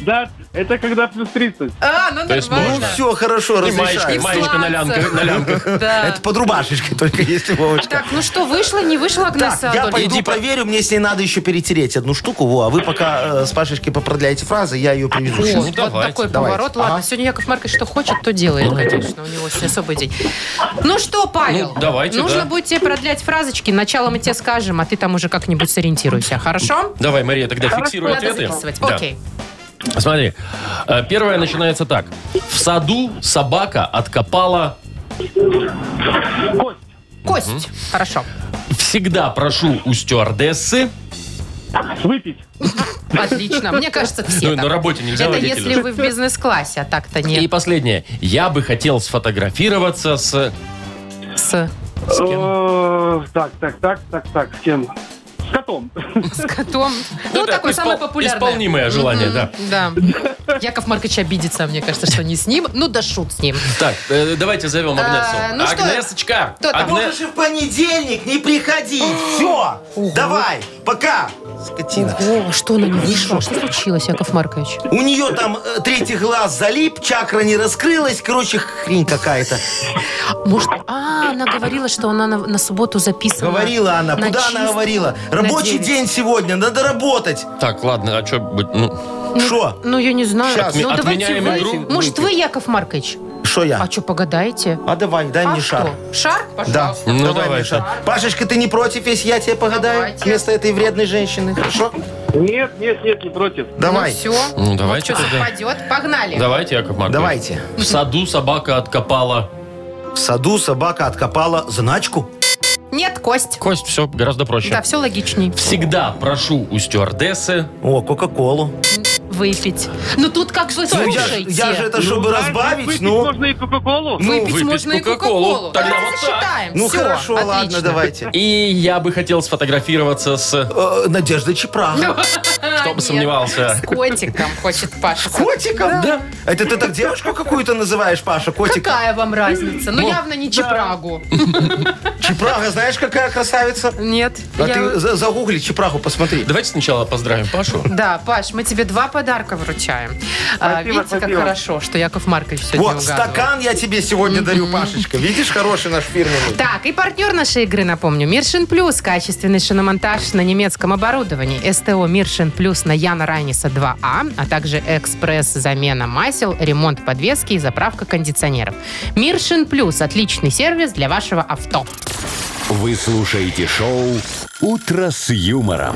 Speaker 6: Да, это когда плюс 30.
Speaker 4: А, ну
Speaker 2: То есть
Speaker 5: Ну
Speaker 4: нормально.
Speaker 2: можно.
Speaker 5: все, хорошо,
Speaker 2: И маечка, и
Speaker 5: разрешаю.
Speaker 2: маечка на лянках. на лянках.
Speaker 4: Да.
Speaker 5: Это под рубашечкой только, если Вовочка.
Speaker 4: Так, ну что, вышла, не вышла
Speaker 5: Так,
Speaker 4: Агнеса
Speaker 5: я
Speaker 4: Анатольевна?
Speaker 5: пойду проверю, мне с ней надо еще перетереть одну штуку, во, а вы пока э, с Пашечкой попродляете фразы, я ее привезу.
Speaker 4: О,
Speaker 5: сейчас.
Speaker 2: Ну,
Speaker 4: вот
Speaker 2: давайте,
Speaker 4: такой
Speaker 5: давайте.
Speaker 4: поворот. Ладно,
Speaker 5: Ага.
Speaker 4: сегодня Яков Маркович что хочет, то делает, конечно. У него сегодня особый день. Ну что, Павел?
Speaker 2: Ну, давайте,
Speaker 4: Нужно
Speaker 2: да.
Speaker 4: будет тебе продлять фразочки. Начало мы тебе скажем, а ты там уже как-нибудь сориентируйся. Хорошо?
Speaker 2: Давай, Мария, тогда фиксируй
Speaker 4: Надо
Speaker 2: ответы.
Speaker 4: записывать.
Speaker 2: Да.
Speaker 4: Окей.
Speaker 2: Смотри, э, первое начинается так. В саду собака откопала
Speaker 4: Кость. Хорошо.
Speaker 2: «Всегда прошу у стюардессы».
Speaker 6: Выпить.
Speaker 4: Отлично. Мне кажется, все
Speaker 2: Ну,
Speaker 4: так.
Speaker 2: на работе нельзя
Speaker 4: Это
Speaker 2: водителю.
Speaker 4: если вы в бизнес-классе, а так-то
Speaker 2: И
Speaker 4: нет.
Speaker 2: последнее. Я бы хотел сфотографироваться с...
Speaker 4: С,
Speaker 2: С кем?
Speaker 6: Э, Так, так, так, так, так, с кем? С котом.
Speaker 4: с котом. Ну,
Speaker 2: это
Speaker 4: такое самое
Speaker 2: испол-
Speaker 4: популярное.
Speaker 2: Исполнимое желание, да.
Speaker 4: Да. Яков Маркович обидится, мне кажется, что не с ним. Ну, да шут с ним.
Speaker 2: Так, э, давайте зовем
Speaker 4: А,
Speaker 2: Агнесу.
Speaker 4: ну что?
Speaker 2: Агнесочка!
Speaker 4: Кто там?
Speaker 2: Агне-
Speaker 5: Можешь и в понедельник не приходить. Все, давай, пока. Скотина.
Speaker 4: О, что она не вышла? Что случилось, Яков Маркович?
Speaker 5: У нее там э, третий глаз залип, чакра не раскрылась, короче, хрень какая-то.
Speaker 4: Может, а, она говорила, что она на, на субботу записана.
Speaker 5: Говорила она,
Speaker 4: на
Speaker 5: куда она
Speaker 4: чист-
Speaker 5: говорила?
Speaker 4: на
Speaker 5: Рабочий
Speaker 4: девять.
Speaker 5: день сегодня, надо работать.
Speaker 2: Так, ладно, а что... Ну,
Speaker 5: Что?
Speaker 4: Ну, я не знаю.
Speaker 5: Щас.
Speaker 4: ну,
Speaker 2: Отме-
Speaker 4: давайте
Speaker 2: отменяем
Speaker 4: вы.
Speaker 2: игру.
Speaker 4: Может, вы, Яков Маркович?
Speaker 5: Что я?
Speaker 4: А что, погадаете?
Speaker 5: А давай, дай
Speaker 4: а
Speaker 5: мне шар.
Speaker 4: кто? Шар?
Speaker 5: Да.
Speaker 4: Пожалуйста.
Speaker 2: Ну,
Speaker 5: давай,
Speaker 2: давай,
Speaker 5: мне шар. Пашечка, ты не против, если я тебе погадаю
Speaker 4: Давайте.
Speaker 5: вместо этой вредной женщины? Хорошо?
Speaker 6: Нет, нет, нет, не против.
Speaker 5: Давай.
Speaker 4: Ну все.
Speaker 2: Ну, давайте
Speaker 4: Вот что
Speaker 2: тогда.
Speaker 4: совпадет. Погнали.
Speaker 2: Давайте, Яков Маркович.
Speaker 5: Давайте.
Speaker 2: В саду собака откопала.
Speaker 5: В саду собака откопала заначку.
Speaker 4: Нет, Кость.
Speaker 2: Кость, все гораздо проще.
Speaker 4: Да, все логичней.
Speaker 2: Всегда прошу у стюардессы.
Speaker 5: О, Кока-Колу.
Speaker 4: Выпить. Ну тут как же вы
Speaker 5: Ну, я, ж-
Speaker 4: слушаете?
Speaker 5: я же это, чтобы
Speaker 6: Знаешь,
Speaker 5: разбавить,
Speaker 6: выпить
Speaker 5: ну...
Speaker 6: можно и Кока-Колу.
Speaker 5: ну,
Speaker 4: Выпить
Speaker 2: выпить
Speaker 4: можно и
Speaker 2: Кока-Колу.
Speaker 4: Кока-Колу.
Speaker 2: Тогда
Speaker 4: Давайте
Speaker 2: вот так.
Speaker 4: засчитаем.
Speaker 5: Ну
Speaker 4: Всё,
Speaker 5: хорошо, ладно,
Speaker 4: отлично.
Speaker 5: давайте.
Speaker 2: И я бы хотел сфотографироваться с...
Speaker 5: Э, Надежда Чепрага.
Speaker 4: А,
Speaker 2: Кто бы
Speaker 4: нет.
Speaker 2: сомневался.
Speaker 4: С котиком хочет Паша.
Speaker 5: Котиком? Да. Это ты так девушку какую-то называешь, Паша, котик?
Speaker 4: Какая вам разница? Ну, явно не Чепрагу.
Speaker 5: Чепрага, знаешь, какая красавица?
Speaker 4: Нет.
Speaker 5: А
Speaker 4: я-
Speaker 5: ты за- загугли Чепрагу, посмотри.
Speaker 2: Давайте сначала поздравим Пашу.
Speaker 4: Да, Паш, мы тебе два подарка вручаем. А,
Speaker 6: Спасибо,
Speaker 4: видите, как
Speaker 6: спасибо.
Speaker 4: хорошо, что Яков Маркович сегодня
Speaker 5: Вот,
Speaker 4: угадывал.
Speaker 5: стакан я тебе сегодня дарю, Пашечка. Видишь, хороший наш фирменный.
Speaker 4: Так, и партнер нашей игры, напомню, Миршин Плюс. Качественный шиномонтаж на немецком оборудовании. СТО Миршин Плюс на Яна Райниса 2А, а также экспресс-замена масел, ремонт подвески и заправка кондиционеров. Миршин Плюс – отличный сервис для вашего авто.
Speaker 1: Вы слушаете шоу «Утро с юмором».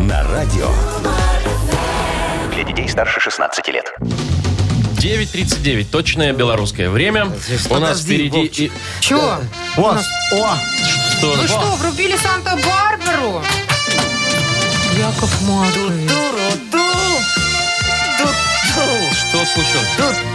Speaker 1: На радио.
Speaker 10: Для детей старше 16 лет.
Speaker 2: 9.39, точное белорусское время. У нас
Speaker 5: Подожди,
Speaker 2: впереди... и-
Speaker 5: Вовчик.
Speaker 4: Чего?
Speaker 5: О, о,
Speaker 2: Что?
Speaker 4: Вы что, врубили Санта-Барбару? Яков Маркович.
Speaker 2: Что случилось?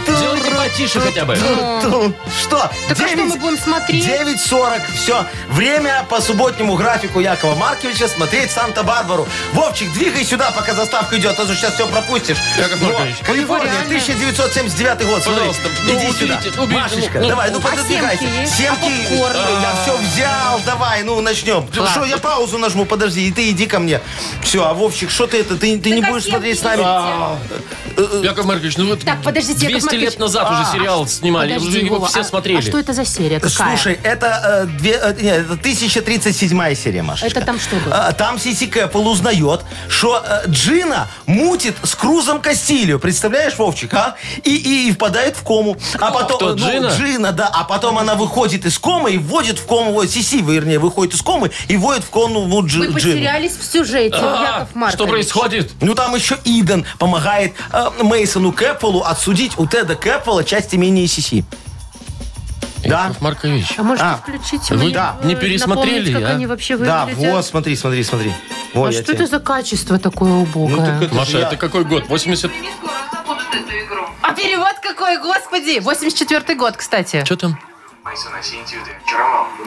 Speaker 2: Делайте потише хотя бы.
Speaker 5: Ту-ту. Что?
Speaker 4: Так а что мы
Speaker 5: Девять-
Speaker 4: будем смотреть?
Speaker 5: 9.40. Все. Время по субботнему графику Якова Марковича смотреть Санта-Барбару. Вовчик, двигай сюда, пока заставка идет, а то сейчас все пропустишь.
Speaker 2: Яков
Speaker 5: Во,
Speaker 2: Маркович.
Speaker 5: Калифорния,
Speaker 4: Реально?
Speaker 5: 1979 год. Смотри.
Speaker 2: Пожалуйста, ну,
Speaker 5: Иди сюда.
Speaker 2: уберите, уберите,
Speaker 5: Машечка,
Speaker 2: ну, ну.
Speaker 5: давай, ну пододвигайся.
Speaker 4: семки есть? А
Speaker 5: Семки. Ну,
Speaker 4: попкорн?
Speaker 5: Я все взял, давай, ну начнем. Что, я паузу нажму, подожди, и ты иди ко мне. Все, а Вовчик, что ты это? Ты, ты не
Speaker 4: Так а
Speaker 5: будешь
Speaker 4: всем
Speaker 5: смотреть с нами?
Speaker 4: идите.
Speaker 2: Яков Маркович, ну вот
Speaker 4: Так, подождите, Яков
Speaker 2: 200
Speaker 4: Маркович.
Speaker 2: лет назад уже
Speaker 4: А,
Speaker 2: сериал снимали.
Speaker 4: Подожди,
Speaker 2: Уже его
Speaker 4: Вова,
Speaker 2: все
Speaker 4: а-
Speaker 2: смотрели.
Speaker 4: А что это за серия? Какая?
Speaker 5: Слушай, это, э, две, э, нет, это 1037 серия, Машечка.
Speaker 4: Это там что было?
Speaker 5: А, Там Сиси Кэппл узнает, что э, Джина мутит с Крузом Кастилью. Представляешь, Вовчик, а? И, и, и впадает в кому. А потом,
Speaker 2: Кто,
Speaker 5: э, ну,
Speaker 2: Джина?
Speaker 5: Джина, да. А потом она выходит из комы и вводит в кому, ой, Сиси, вернее, выходит из комы и вводит в кому ну, Джи-
Speaker 4: Вы
Speaker 5: Джину.
Speaker 4: потерялись в сюжете,
Speaker 2: А,
Speaker 4: Яков Маркович.
Speaker 2: что происходит?
Speaker 5: Ну там еще Иден помогает э, Мейсону Кэпполу отсудить у Теда Кэппола часть имени Сиси. Да?
Speaker 2: Яков Маркович.
Speaker 4: А можете
Speaker 5: А,
Speaker 4: включить?
Speaker 2: вы
Speaker 4: мне,
Speaker 5: да.
Speaker 4: э,
Speaker 2: не пересмотрели,
Speaker 4: напомнить, как
Speaker 2: а?
Speaker 4: они вообще
Speaker 5: Да,
Speaker 4: выглядят?
Speaker 5: вот, смотри, смотри, смотри. Ой,
Speaker 4: а
Speaker 5: я
Speaker 4: что
Speaker 5: тебе-
Speaker 4: это за качество такое убогое?
Speaker 5: Ну, так
Speaker 2: Маша,
Speaker 5: я-
Speaker 2: это какой год? 80...
Speaker 4: А перевод какой, господи! 84-й год, кстати.
Speaker 2: Что там?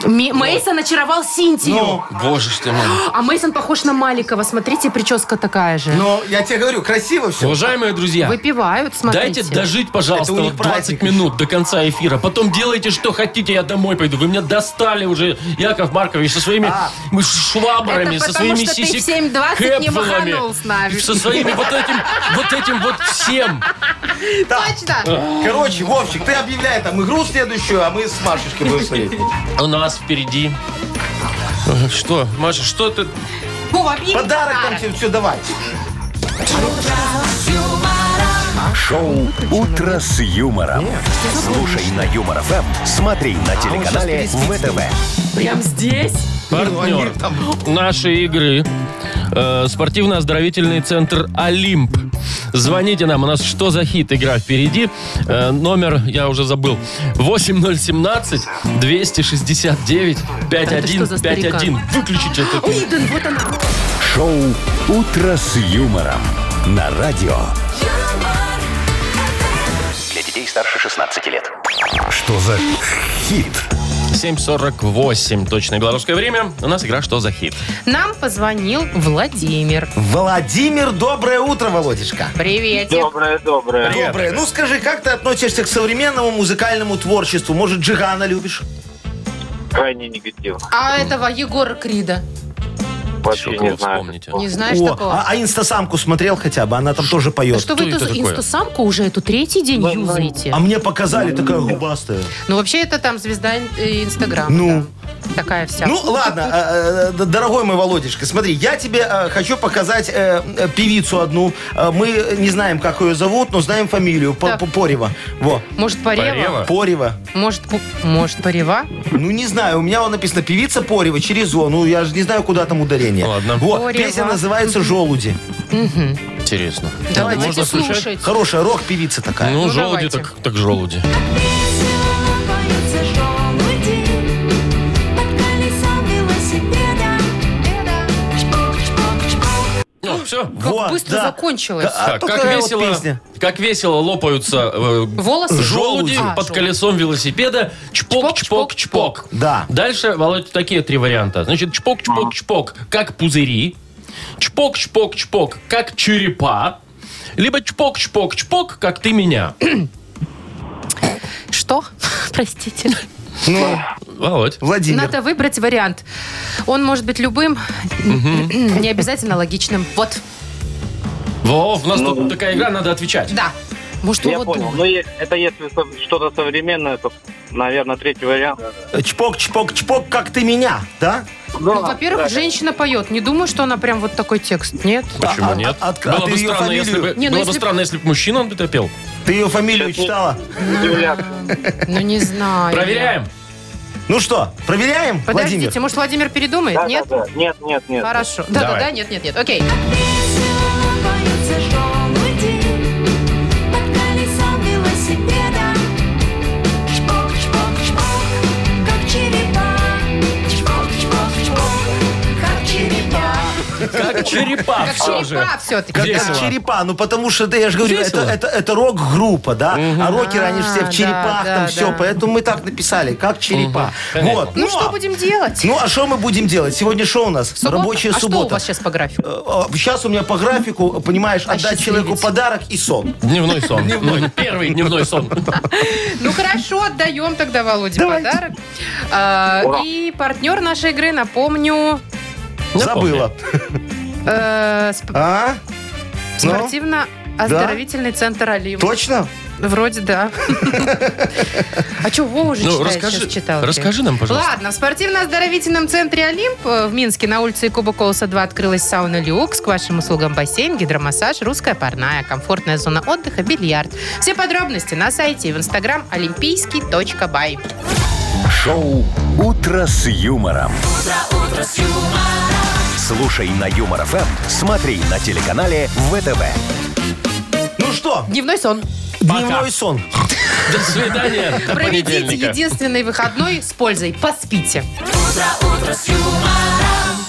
Speaker 4: Ми- Мейсон очаровал Синтию.
Speaker 5: Ну,
Speaker 2: Боже ж ты мой.
Speaker 4: А Мейсон похож на Маликова. Смотрите, прическа такая же.
Speaker 5: но ну, я тебе говорю, красиво все.
Speaker 2: Уважаемые друзья,
Speaker 4: Выпивают, смотрите.
Speaker 2: дайте дожить, пожалуйста,
Speaker 5: Это у них
Speaker 2: вот 20
Speaker 5: праздник
Speaker 2: минут до конца эфира. Потом делайте, что хотите, я домой пойду. Вы меня достали уже, Яков Маркович, со своими
Speaker 5: А.
Speaker 2: м, швабрами,
Speaker 4: Это
Speaker 2: со
Speaker 4: потому,
Speaker 2: своими
Speaker 4: что ты в
Speaker 2: сисек
Speaker 4: 7:20 не маханул с нами.
Speaker 2: Со своими вот этим, вот этим вот всем.
Speaker 5: Да.
Speaker 4: Точно!
Speaker 5: Короче, Вовчик, ты объявляй там игру следующую, а мы с Машечкой будем смотреть.
Speaker 2: У нас впереди... Э, Что, Маша, что ты...
Speaker 4: Вова, бери
Speaker 5: Подарок там тебе, все, давай.
Speaker 1: Шоу «Утро с юмором». Слушай на Юмор ФМ, смотри на телеканале ВТВ.
Speaker 4: Прям здесь?
Speaker 2: Партнер нашей игры. э, Спортивно-оздоровительный центр «Олимп». Звоните нам, у нас «Что за хит?» игра впереди. Э, Номер, я уже забыл, 8017-269-5151. Выключите этот...
Speaker 4: Уидон, вот она.
Speaker 1: Шоу «Утро с юмором» на радио.
Speaker 10: Для детей старше 16 лет.
Speaker 1: Что за хит?
Speaker 2: 7.48, точное белорусское время. У нас игра «Что за хит?».
Speaker 4: Нам позвонил Владимир.
Speaker 5: Владимир, доброе утро, Володечка.
Speaker 4: Привет.
Speaker 9: Доброе, доброе.
Speaker 5: Доброе. Ну скажи, как ты относишься к современному музыкальному творчеству? Может, Джигана любишь?
Speaker 9: Крайне негативно.
Speaker 4: А этого Егора Крида.
Speaker 9: Вообще
Speaker 2: Еще
Speaker 9: не
Speaker 2: кого
Speaker 9: знаю.
Speaker 2: вспомните?
Speaker 4: Не знаешь
Speaker 5: О,
Speaker 4: такого? А
Speaker 5: а, а инстасамку смотрел хотя бы, она там тоже поет.
Speaker 4: Что вы
Speaker 2: Что это
Speaker 4: эту
Speaker 2: такое?
Speaker 4: инстасамку уже эту третий день юзаете?
Speaker 5: А мне показали такая губастая.
Speaker 4: Ну, вообще, это там звезда ин- э, Инстаграма.
Speaker 5: Ну,
Speaker 4: да. Такая вся.
Speaker 5: Ну ладно, э, э, д- дорогой мой Володишка, смотри, я тебе э, хочу показать э, э, певицу одну. Э, Мы не знаем, как ее зовут, но знаем фамилию. По-
Speaker 4: Так.
Speaker 5: по- Порева. Во.
Speaker 4: Может, порева?
Speaker 2: Порева?
Speaker 5: Порева.
Speaker 4: Может, пу- может, порева?
Speaker 5: Ну, не знаю, у меня вот написано «Певица Порева» через «О». Ну, я же не знаю, куда там ударение.
Speaker 2: Ладно.
Speaker 5: Вот,
Speaker 4: Порева.
Speaker 5: песня называется «Желуди».
Speaker 2: Интересно.
Speaker 4: Давайте
Speaker 2: Можно
Speaker 4: слушать.
Speaker 2: слушать?
Speaker 5: Хорошая рок-певица такая.
Speaker 2: Ну,
Speaker 4: Ну,
Speaker 2: желуди
Speaker 4: давайте.
Speaker 2: так, так желуди.
Speaker 7: Лопаются желуди под колесом велосипеда. Шпок, шпок, шпок.
Speaker 2: Ну, все.
Speaker 4: Как
Speaker 5: Вот,
Speaker 4: быстро
Speaker 5: да.
Speaker 4: закончилось.
Speaker 5: Да, а
Speaker 2: как,
Speaker 5: такая вот
Speaker 2: весело,
Speaker 5: песня.
Speaker 2: как весело лопаются э,
Speaker 4: Волосы?
Speaker 2: желуди
Speaker 4: А,
Speaker 2: под
Speaker 4: желуди.
Speaker 2: колесом велосипеда.
Speaker 4: Чпок,
Speaker 2: Чпок, чпок,
Speaker 4: чпок,
Speaker 2: чпок.
Speaker 5: Да.
Speaker 2: Дальше, Володь, такие три варианта. Значит, чпок, чпок, чпок, как пузыри. Чпок, чпок, чпок, как черепа. Либо чпок, чпок, чпок, как ты меня.
Speaker 4: Что? Простите.
Speaker 5: Ну,
Speaker 2: Володь.
Speaker 5: Владимир.
Speaker 4: Надо выбрать вариант. Он может быть любым, не обязательно логичным. Вот,
Speaker 2: Вов, у нас
Speaker 5: Ну.
Speaker 2: тут такая игра, надо отвечать.
Speaker 4: да. Может,
Speaker 9: Я
Speaker 4: вот
Speaker 9: понял.
Speaker 4: думал.
Speaker 9: Ну, е- это если со- что-то современное, то, наверное, третий вариант.
Speaker 5: Э, Чпок, чпок, чпок, как ты меня, да?
Speaker 4: Ну, во-первых, женщина поет. Не думаю, что она прям вот такой текст. Нет?
Speaker 2: Почему
Speaker 5: А- а-
Speaker 2: нет?
Speaker 5: а- а- а
Speaker 2: было
Speaker 5: ты
Speaker 2: бы
Speaker 5: ее
Speaker 2: странно, если бы,
Speaker 5: фамилию?
Speaker 4: Не, ну
Speaker 2: было бы
Speaker 4: если-
Speaker 2: странно, если бы мужчина он бы это пел.
Speaker 5: Ты ее фамилию
Speaker 2: ну.
Speaker 5: читала?
Speaker 9: Удивляться.
Speaker 4: Ну, не знаю.
Speaker 2: Проверяем.
Speaker 5: Ну что, проверяем,
Speaker 4: Подождите,
Speaker 5: Владимир?
Speaker 4: может, Владимир передумает?
Speaker 9: А, Да,
Speaker 4: нет?
Speaker 9: да, да. Нет, нет, нет.
Speaker 4: Хорошо. Да-да-да, нет, нет, нет. Окей.
Speaker 7: Лопаются желуди под колесом велосипеда. Шпок, шпок, шпок, как черепа. Шпок, шпок, шпок, как черепа.
Speaker 2: Как черепа.
Speaker 4: Как
Speaker 2: всё же.
Speaker 4: черепа все-таки.
Speaker 2: Как
Speaker 5: Как
Speaker 2: весело.
Speaker 5: черепа, ну потому что, да, я же говорю, это,
Speaker 2: Весело.
Speaker 5: это, это рок-группа, да? А рокеры, они же все
Speaker 4: А,
Speaker 5: в черепах,
Speaker 4: да,
Speaker 5: там
Speaker 4: да,
Speaker 5: все,
Speaker 4: да.
Speaker 5: поэтому мы так написали, как черепа.
Speaker 2: Понятно.
Speaker 5: Вот.
Speaker 4: Ну, что
Speaker 5: а-
Speaker 4: будем делать?
Speaker 5: Ну, а что мы будем делать? Сегодня шоу у нас?
Speaker 4: Суббота?
Speaker 5: Рабочая
Speaker 4: а что у
Speaker 5: суббота. Э,
Speaker 4: вас А сейчас по графику?
Speaker 5: Сейчас у меня по графику, понимаешь, отдать
Speaker 4: Осчастливить.
Speaker 5: человеку подарок и сон.
Speaker 2: Дневной сон. Ну, Первый дневной сон.
Speaker 4: Ну хорошо, отдаем тогда Володе
Speaker 5: Давайте.
Speaker 4: подарок. А, и партнер нашей игры, напомню,
Speaker 5: Забыла.
Speaker 4: э, сп-
Speaker 5: А? Ну?
Speaker 4: спортивно-оздоровительный центр Олимп.
Speaker 5: Точно?
Speaker 4: Вроде да. А что, Вова уже
Speaker 2: Ну,
Speaker 4: читает
Speaker 2: расскажи-
Speaker 4: сейчас читалки?
Speaker 2: расскажи нам, пожалуйста.
Speaker 4: Ладно, в спортивно-оздоровительном центре «Олимп» э, в Минске на улице Куба Колоса 2 открылась сауна «Люкс». К вашим услугам бассейн, гидромассаж, русская парная, комфортная зона отдыха, бильярд. Все подробности на сайте и в инстаграм олимпийский.бай.
Speaker 1: Шоу «Утро с юмором». Слушай на Юмор ФМ, смотри на телеканале ВТВ.
Speaker 5: Ну что,
Speaker 4: Дневной сон.
Speaker 5: дневной сон.
Speaker 2: До свидания. До
Speaker 4: Проведите
Speaker 2: понедельника.
Speaker 4: единственный выходной с пользой. Поспите.
Speaker 7: Утро, утро с юмором.